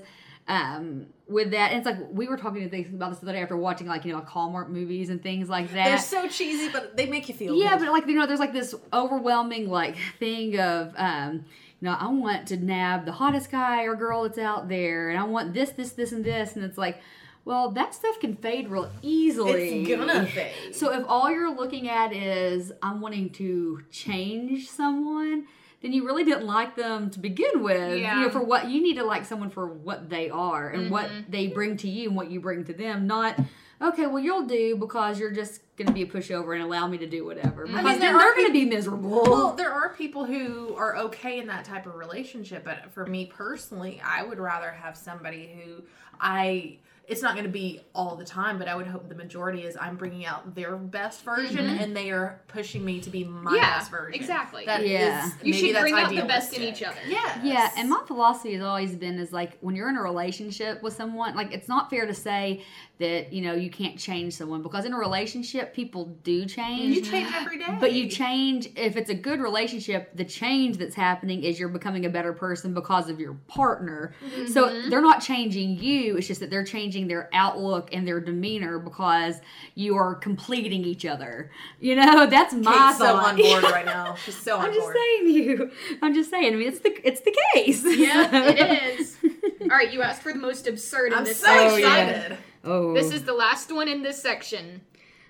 A: Um, with that, and it's like we were talking to things about this the other day after watching like you know like Hallmark movies and things like that.
C: They're so cheesy, but they make you feel
A: Yeah,
C: good.
A: but like you know, there's like this overwhelming like thing of um, you know, I want to nab the hottest guy or girl that's out there, and I want this, this, this, and this, and it's like, well, that stuff can fade real easily.
C: it's gonna fade.
A: So if all you're looking at is I'm wanting to change someone, then you really didn't like them to begin with. You
D: Yeah.
A: know, for what you need to like someone for what they are and what
C: Mm-hmm.
A: they bring to you and what you bring to them, not okay, well you'll do because you're just gonna be a pushover and allow me to do whatever. Because
C: Mm-hmm.
A: then
C: mean, there
A: they're
C: are
A: gonna be miserable.
C: Well, there are people who are okay in that type of relationship, but for me personally, I would rather have somebody who I it's not going to be all the time, but I would hope the majority is I'm bringing out their best version and they are pushing me to be my
D: Mm-hmm. Yeah,
C: best version.
D: exactly.
C: That
A: Yeah.
C: is-
D: You
C: maybe
D: should
C: that's
D: bring out the best in
C: idealistic.
D: each other.
C: Yes.
A: Yeah, and my philosophy has always been is like when you're in a relationship with someone, like it's not fair to say that, you know, you can't change someone because in a relationship people do change.
C: you change every day.
A: But you change if it's a good relationship, the change that's happening is you're becoming a better person because of your partner. So they're not changing you, it's just that they're changing their outlook and their demeanor because you are completing each other. You know, that's my
C: Kate's so
A: thought.
C: on board right now. She's so on
A: I'm just
C: board.
A: saying you. I'm just saying. I mean, it's the it's the case.
D: Yeah, it is. All right, you asked for the most absurd in
C: I'm
D: this
C: so
D: section.
C: excited.
A: Oh,
D: This is the last one in this section.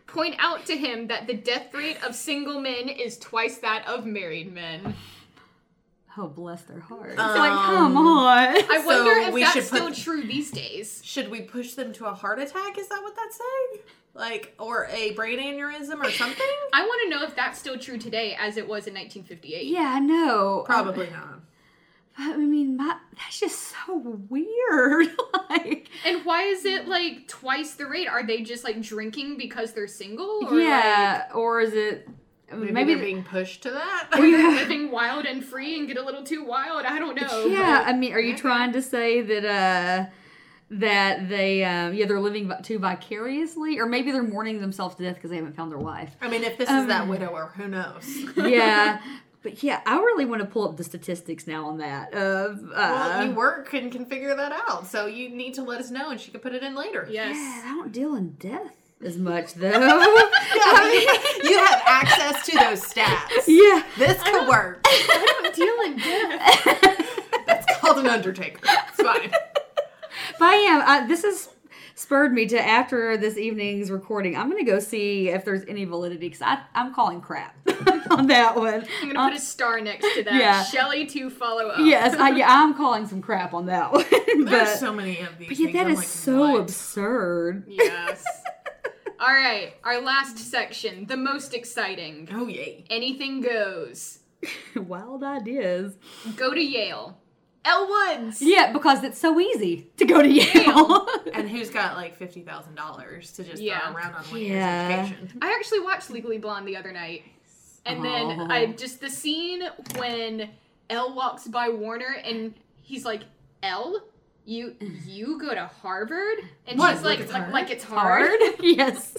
D: Point out to him that the death rate of single men is twice that of married men.
A: Oh, bless their heart. it's like, come on.
D: I wonder if
C: we
D: that's
C: should put-
D: still true these days.
C: Should we push them to a heart attack? Is that what that's saying? Like, or a brain aneurysm or something?
A: Um,
D: I want to know if that's still true today as it was in 1958.
A: yeah, no.
C: Probably not.
A: I mean, my, that's just so weird. like,
D: And why is it like twice the rate? Are they just like drinking because they're single? Or
A: yeah, or is it
C: Maybe,
A: maybe?
C: they're being pushed to that.
D: Like, living wild and free and get a little too wild? I don't know.
A: yeah, I mean, are you trying to say that? uh that they, um, yeah, they're living vi- too vicariously, or maybe they're mourning themselves to death because they haven't found their wife.
C: I mean, if this is
A: um,
C: that widower, who knows?
A: yeah. But yeah, I really want to pull up the statistics now on that. Of uh,
C: well, you work and can figure that out. So you need to let us know, and she can put it in later.
A: yeah,
D: Yes.
A: I don't deal in death as much though. I
C: you have access to those stats.
A: mean, yeah,
C: This could work.
D: I'm dealing death.
C: That's called an undertaker. It's fine.
A: but I am. I, this has spurred me to after this evening's recording. I'm gonna go see if there's any validity because I I'm calling crap on that one.
D: I'm gonna put a star next to that.
A: Uh, yeah.
D: Shelley to follow up.
A: Yes, I, yeah, I'm calling some crap on that one.
C: There's
A: but,
C: so many of these.
A: but yeah,
C: things.
A: that
C: I'm
A: is
C: like,
A: so
C: what?
A: absurd.
D: Yes. All right. Our last section, the most exciting.
C: Oh yay!
D: Anything goes.
A: Wild ideas.
D: Go to Yale. Elwoods.
A: Yeah, because it's so easy to go to Yale.
C: And who's got like fifty thousand dollars to just
D: Yeah.
C: throw around on one
A: Yeah.
C: year's education?
D: I actually watched Legally Blonde the other night. And
A: Oh.
D: then I just the scene when Elle walks by Warner and he's like, Elle, you you go to Harvard? And
C: What?
D: she's
C: Like
D: like
C: it's
D: like,
C: hard?
D: like it's hard.
A: hard. yes.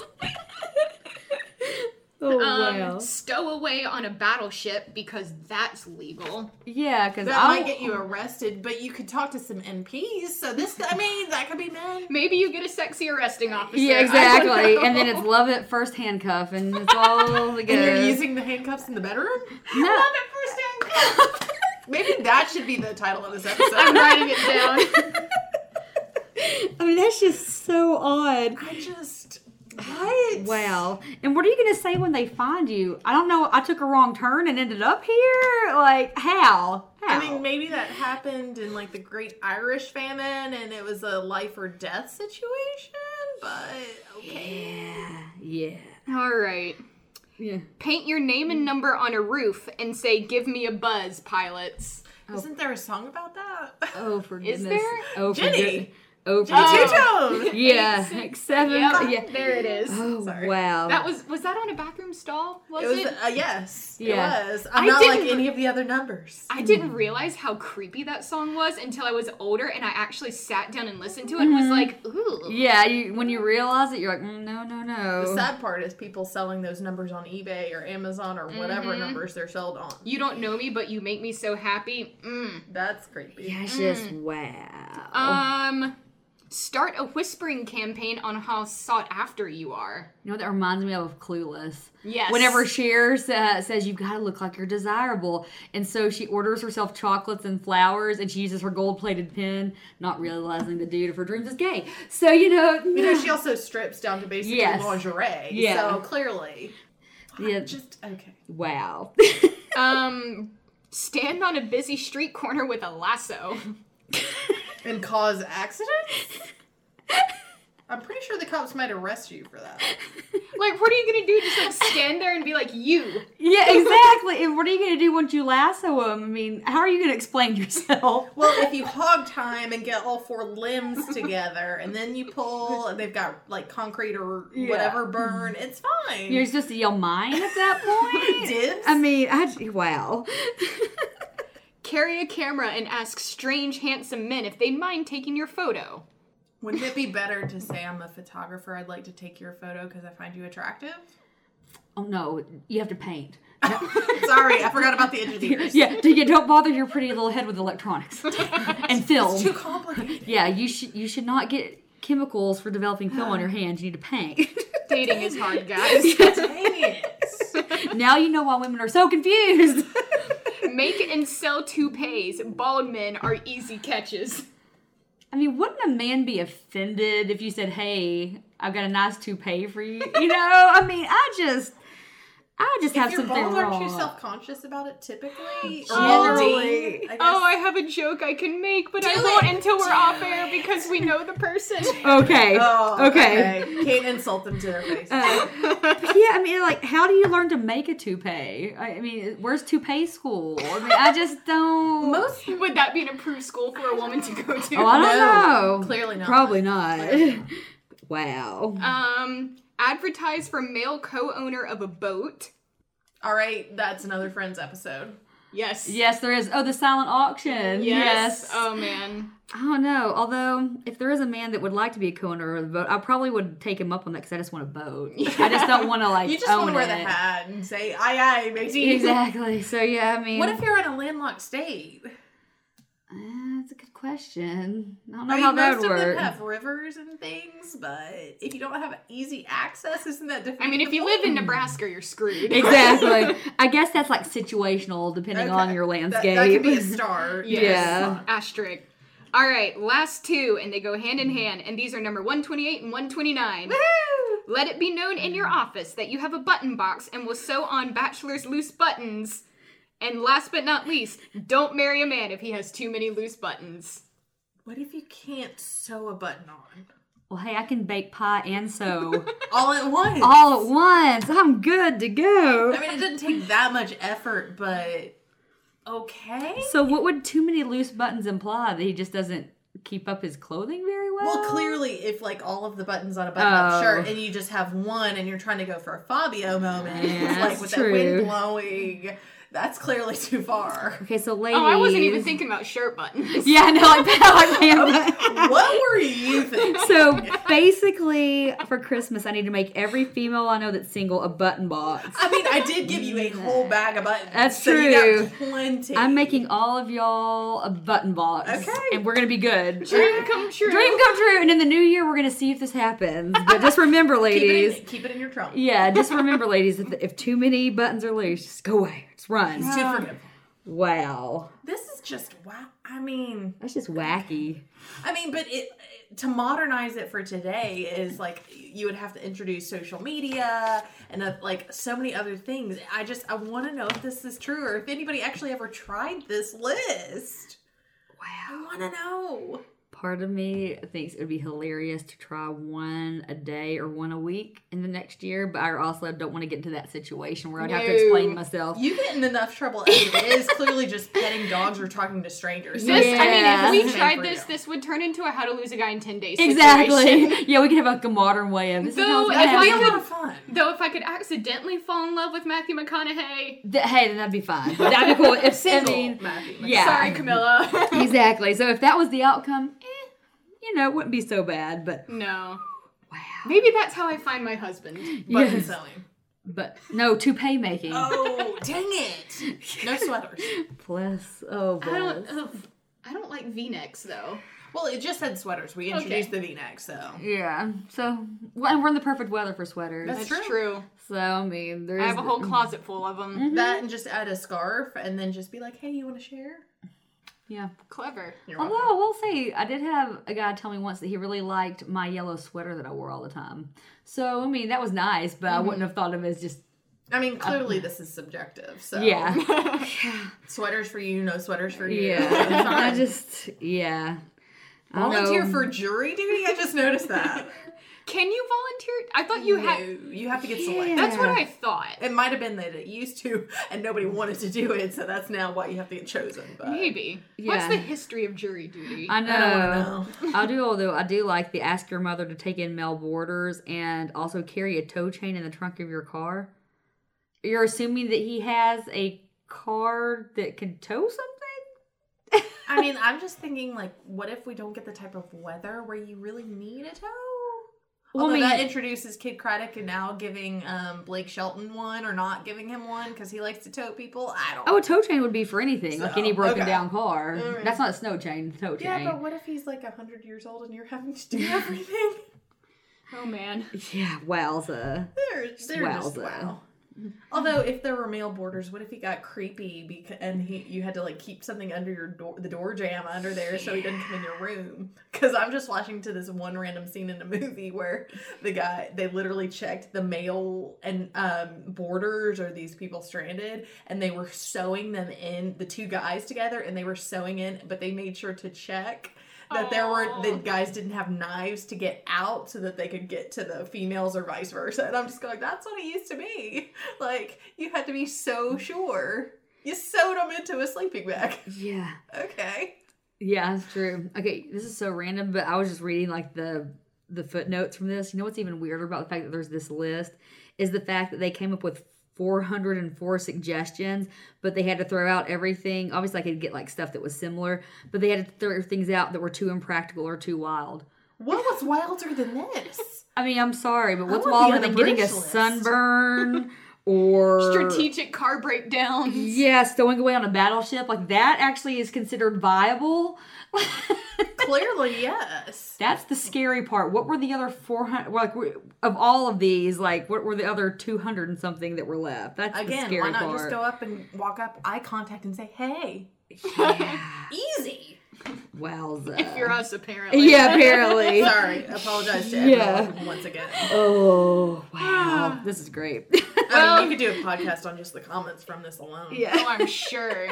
A: oh
D: Um
A: wow.
D: stow away on a battleship because that's legal.
A: Yeah, because
C: That
A: I
C: might get you arrested, but you could talk to some MPs. So this, I mean, that could be men.
D: Maybe you get a sexy arresting officer.
A: Yeah,
D: I don't
A: exactly. And then
D: know.
A: it's love at first handcuff, and it's all the good.
C: And you're using the handcuffs in the bedroom.
A: no,
C: Love at first handcuff. Maybe that should be the title of this
D: I'm
C: episode.
D: writing it down.
A: I mean that's just so odd.
C: I just what?
A: Wow. And what are you gonna say when they find you? I don't know. I took a wrong turn and ended up here. Like how? How?
C: I mean, maybe that happened in like the Great Irish Famine, and it was a life or death situation. But okay,
A: yeah, yeah,
D: All right.
A: yeah.
J: Paint your name and number on a roof and say, Give me a buzz, pilots.
C: isn't there a song about that?
A: Oh, for
J: Is
A: goodness.
J: there?
A: Oh, for
C: Jenny.
A: good- Oh, for
C: Two
A: good-
C: Tones!
A: Yeah, like seven.
D: Yep,
A: Yeah.
D: there it is.
A: Oh,
C: Sorry.
A: wow.
D: That was was that on a bathroom stall? Was
C: It
D: it?
C: was a yes.
A: Yeah.
C: It was. I'm
D: I
C: not like
D: didn't-
C: any of the other numbers.
D: I didn't realize how creepy that song was until I was older and I actually sat down and listened to it
A: Mm-hmm.
D: and was like, ooh.
A: Yeah, you, when you realize it, you're like, mm, no, no,
C: The
A: no.
C: sad part is people selling those numbers on eBay or Amazon or whatever numbers they're sold on.
D: You don't know me, but you make me so happy. Mm.
C: That's creepy.
A: Yeah, it's just wow.
D: Um, start a whispering campaign on how sought after you are.
A: you know what that reminds me of? Clueless.
D: Yes.
A: Whenever Cher sa- says, you've got to look like you're desirable. And so she orders herself chocolates and flowers and she uses her gold plated pen, not realizing the dude of her dreams is gay. So, you know,
C: You know, she also strips down to basically
A: Yes.
C: lingerie.
A: Yeah.
C: So clearly.
A: yeah,
C: Just okay.
A: wow.
D: Um, stand on a busy street corner with a lasso.
C: And cause accidents? I'm pretty sure the cops might arrest you for that.
D: like, what are you gonna do? Just like stand there and be like, you.
A: yeah, exactly. And what are you going to do once you lasso him? I mean, how are you going to explain yourself?
C: Well, if you hog time and get all four limbs together and then you pull and they've got like concrete or
A: Yeah.
C: whatever burn, it's fine.
A: You're supposed to yell mine at that point?
C: Dibs?
A: I mean, I, wow.
D: Carry a camera and ask strange, handsome men if they'd mind taking your photo.
C: Wouldn't it be better to say I'm a photographer? I'd like to take your photo because I find you attractive.
A: oh, no, you have to paint.
C: Sorry, I forgot about the engineers.
A: Yeah, do you don't bother your pretty little head with electronics and film.
C: Too complicated.
A: yeah, you should you should not get chemicals for developing film on your hands. You need to paint.
D: Dating is hard, guys.
C: Dang it.
A: now you know why women are so confused.
D: Make and sell toupees. Bald men are easy catches.
A: I mean, wouldn't a man be offended if you said, "Hey, I've got a nice toupee for you"? You know, I mean, I just I just have
C: If you're
A: something
C: bald,
A: wrong.
C: aren't you self conscious about it
A: Generally.
C: typically? Or balding, I guess.
D: Oh, I have a joke I can make, but I won't until we're off air because we know the person.
A: okay.
C: Oh,
A: okay.
C: Can't insult them to their face.
A: Uh, yeah, I mean, like, how do you learn to make a toupee? I I mean, where's toupee school? I mean, I just don't.
C: Most
D: Would that be an approved school for a woman to go to?
A: oh, I don't
C: No,
A: know.
C: clearly not.
A: Probably not. wow.
D: Um, advertise for male co-owner of a boat.
C: All right, that's another Friends episode.
D: Yes.
A: Yes, there is. Oh, the silent auction. Yes.
D: Oh man.
A: I don't know. Although, if there is a man that would like to be a co-owner of the boat, I probably would take him up on that because I just want a boat. I just don't want to like.
C: You just
A: own
C: want to wear
A: it.
C: the hat and say, aye, aye, matey.
A: Exactly. So yeah, I mean,
C: What if you're in a landlocked state?
A: Uh, that's a good question. I don't know
C: I
A: how
C: mean,
A: that
C: most
A: would
C: of
A: work.
C: them have rivers and things, but if you don't have easy access, isn't that different?
D: I mean, if you live in Nebraska, you're screwed.
A: exactly. I guess that's like situational, depending on your
C: that,
A: landscape.
C: that could be a star.
A: Yeah.
D: Asterisk. All right, last two, and they go hand in hand, and these are number 128 and 129. Let it be known in your office that you have a button box and will sew on bachelor's loose buttons. And last but not least, don't marry a man if he has too many loose buttons.
C: What if you can't sew a button on
A: Well, hey, I can bake pie and sew
C: all at once?
A: all at once. I'm good to go.
C: I mean, it didn't take that much effort, but okay.
A: So, what would too many loose buttons imply? That he just doesn't keep up his clothing very well?
C: Well, clearly, if like all of the buttons on a button-up
A: Oh.
C: shirt, and you just have one, and you're trying to go for a Fabio moment,
A: Yeah,
C: like
A: that's
C: with that wind
A: true.
C: blowing, that's clearly too far.
A: Okay, so ladies.
D: Oh, I wasn't even thinking about shirt buttons.
A: Yeah, no, like, like man.
C: what were you thinking?
A: So basically, for Christmas, I need to make every female I know that's single a button box.
C: I mean, I did give you a whole bag of buttons.
A: That's
C: so You
A: true.
C: got plenty.
A: I'm making all of y'all a button box.
C: Okay.
A: And we're gonna be good.
D: Dream come true.
A: Dream come true. And in the new year, we're gonna see if this happens. But just remember,
C: keep it,
A: ladies.
C: in, keep it in your trunk.
A: Yeah, just remember, ladies. If, if too many buttons are loose, just go away. Just run.
C: It's too forgiving.
A: Wow,
C: This is just wow. I mean,
A: that's just wacky.
C: I mean, but it to modernize it for today is like you would have to introduce social media and uh, like so many other things. I just I want to know if this is true or if anybody actually ever tried this list.
A: Wow.
C: I want to know.
A: Part of me thinks it would be hilarious to try one a day or one a week in the next year, but I also don't want to get into that situation where I'd have to explain myself.
C: You get in enough trouble as it is clearly just petting dogs or talking to strangers.
D: This, I
A: Yeah.
D: mean, if we
C: Same
D: tried
C: for
D: this,
C: you.
D: this would turn into a how to lose a guy in 10 days. situation.
A: Exactly. Yeah, we could have like a modern way of this. is how it's
D: Though,
A: gonna
D: if I
A: happen.
C: It's a lot of fun.
D: Though if I could accidentally fall in love with Matthew McConaughey,
A: Th- hey, then that'd be fine. That'd be cool. If I mean, yeah,
D: sorry, Camilla.
A: exactly. So if that was the outcome, eh, you know, it wouldn't be so bad. But
D: no,
A: wow,
D: maybe that's how I find my husband.
C: Button
A: Yes.
C: selling.
A: but no toupee making.
C: Oh, dang it. No sweaters.
A: Plus, oh,
D: I don't.
A: bless.
D: ugh, I don't like V-necks though.
C: Well, it just said sweaters. We introduced the v-neck, so.
A: yeah. So well, and we're in the perfect weather for sweaters.
C: That's true.
A: so I mean, there's
D: I have a whole closet full of them.
A: Mm-hmm.
C: That and just add a scarf and then just be like, hey, you want to share?
A: yeah.
D: Clever.
C: You're
A: Although
C: welcome.
A: I will say, I did have a guy tell me once that he really liked my yellow sweater that I wore all the time. So I mean, that was nice, but I wouldn't
C: Mm-hmm.
A: have thought of it as just oh.
C: I mean, clearly this is subjective, so.
A: Uh-huh. yeah.
C: Sweaters for you, no sweaters for you.
A: Yeah. I just, yeah. Um, I don't
C: Volunteer
A: know.
C: for jury duty? I just noticed that.
D: Can you volunteer? I thought you
C: no,
D: had.
C: you have to get
A: Yeah.
C: selected.
D: That's what I thought.
C: It might have been that it used to, and nobody wanted to do it, so that's now why you have to get chosen. But
D: Maybe. What's
A: Yeah.
D: the history of jury duty?
A: I
C: I don't wanna
A: know. I do, although I do like the ask your mother to take in mail orders and also carry a tow chain in the trunk of your car. You're assuming that he has a car that can tow something?
C: I mean, I'm just thinking, like, what if we don't get the type of weather where you really need a tow?
A: Well, I
C: Although
A: mean-
C: that introduces Kid Craddock and now giving um, Blake Shelton one or not giving him one because he likes to tow people. I don't.
A: Oh, a tow chain would be for anything, like
C: So,
A: any broken
C: okay.
A: down car.
C: Alright.
A: That's not a snow chain, it's a tow chain.
C: yeah, but what if he's like hundred years old and you're having to do everything?
D: oh man.
A: yeah, wowza.
C: they're they're just
A: Wowza.
C: wow. Although, if there were male boarders, what if he got creepy because, and he, you had to like keep something under your door, the door jam under there, so he doesn't come in your room? Because I'm just flashing to this one random scene in a movie where the guy they literally checked the male and um, boarders or these people stranded, and they were sewing them in the two guys together, and they were sewing in, but they made sure to check that there weren't the guys didn't have knives to get out so that they could get to the females or vice versa. And I'm just going, that's what it used to be. Like you had to be so sure. You sewed them into a sleeping bag.
A: Yeah.
C: Okay.
A: Yeah, that's true. Okay, this is so random, but I was just reading like the the footnotes from this. You know what's even weirder about the fact that there's this list is the fact that they came up with 404 suggestions, but they had to throw out everything. Obviously, I could get like stuff that was similar, but they had to throw things out that were too impractical or too wild.
C: What was wilder than this?
A: I mean, I'm sorry, but what's
C: would be on
A: wilder
C: the
A: than getting a
C: British list.
A: sunburn or
D: Strategic car breakdowns.
A: Yes, going away on a battleship like that actually is considered viable.
C: Clearly, yes.
A: That's the scary part. What were the other 400 well, like w- of all of these like what were the other 200 and something that were left? That's the
C: Again,
A: scary
C: why not
A: part.
C: just go up and walk up, eye contact, and say, "Hey, easy."
A: Wowza.
D: If you're us, apparently.
A: yeah, apparently.
C: Sorry, apologize to
A: Yeah.
C: everyone once again.
A: Oh, wow. this is great.
C: I mean, you could do a podcast on just the comments from this alone.
D: Oh, I'm sure.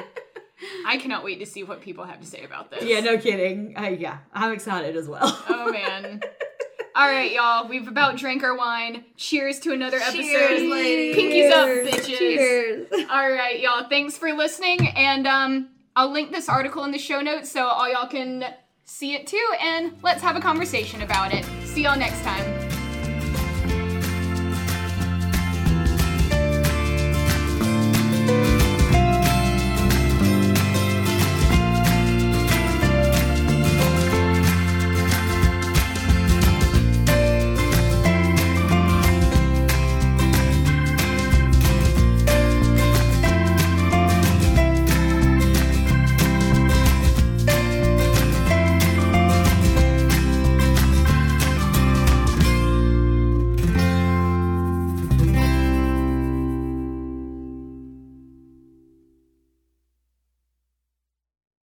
D: I cannot wait to see what people have to say about this.
A: yeah, no kidding. Uh, yeah, I'm excited as well.
D: Oh man.
B: All right, y'all. We've about drank our wine. Cheers to another
D: Cheers,
B: episode.
D: ladies.
B: Pinkies up, bitches.
A: Cheers.
B: All right, y'all. Thanks for listening, and um, I'll link this article in the show notes so all y'all can see it too, and let's have a conversation about it. See y'all next time.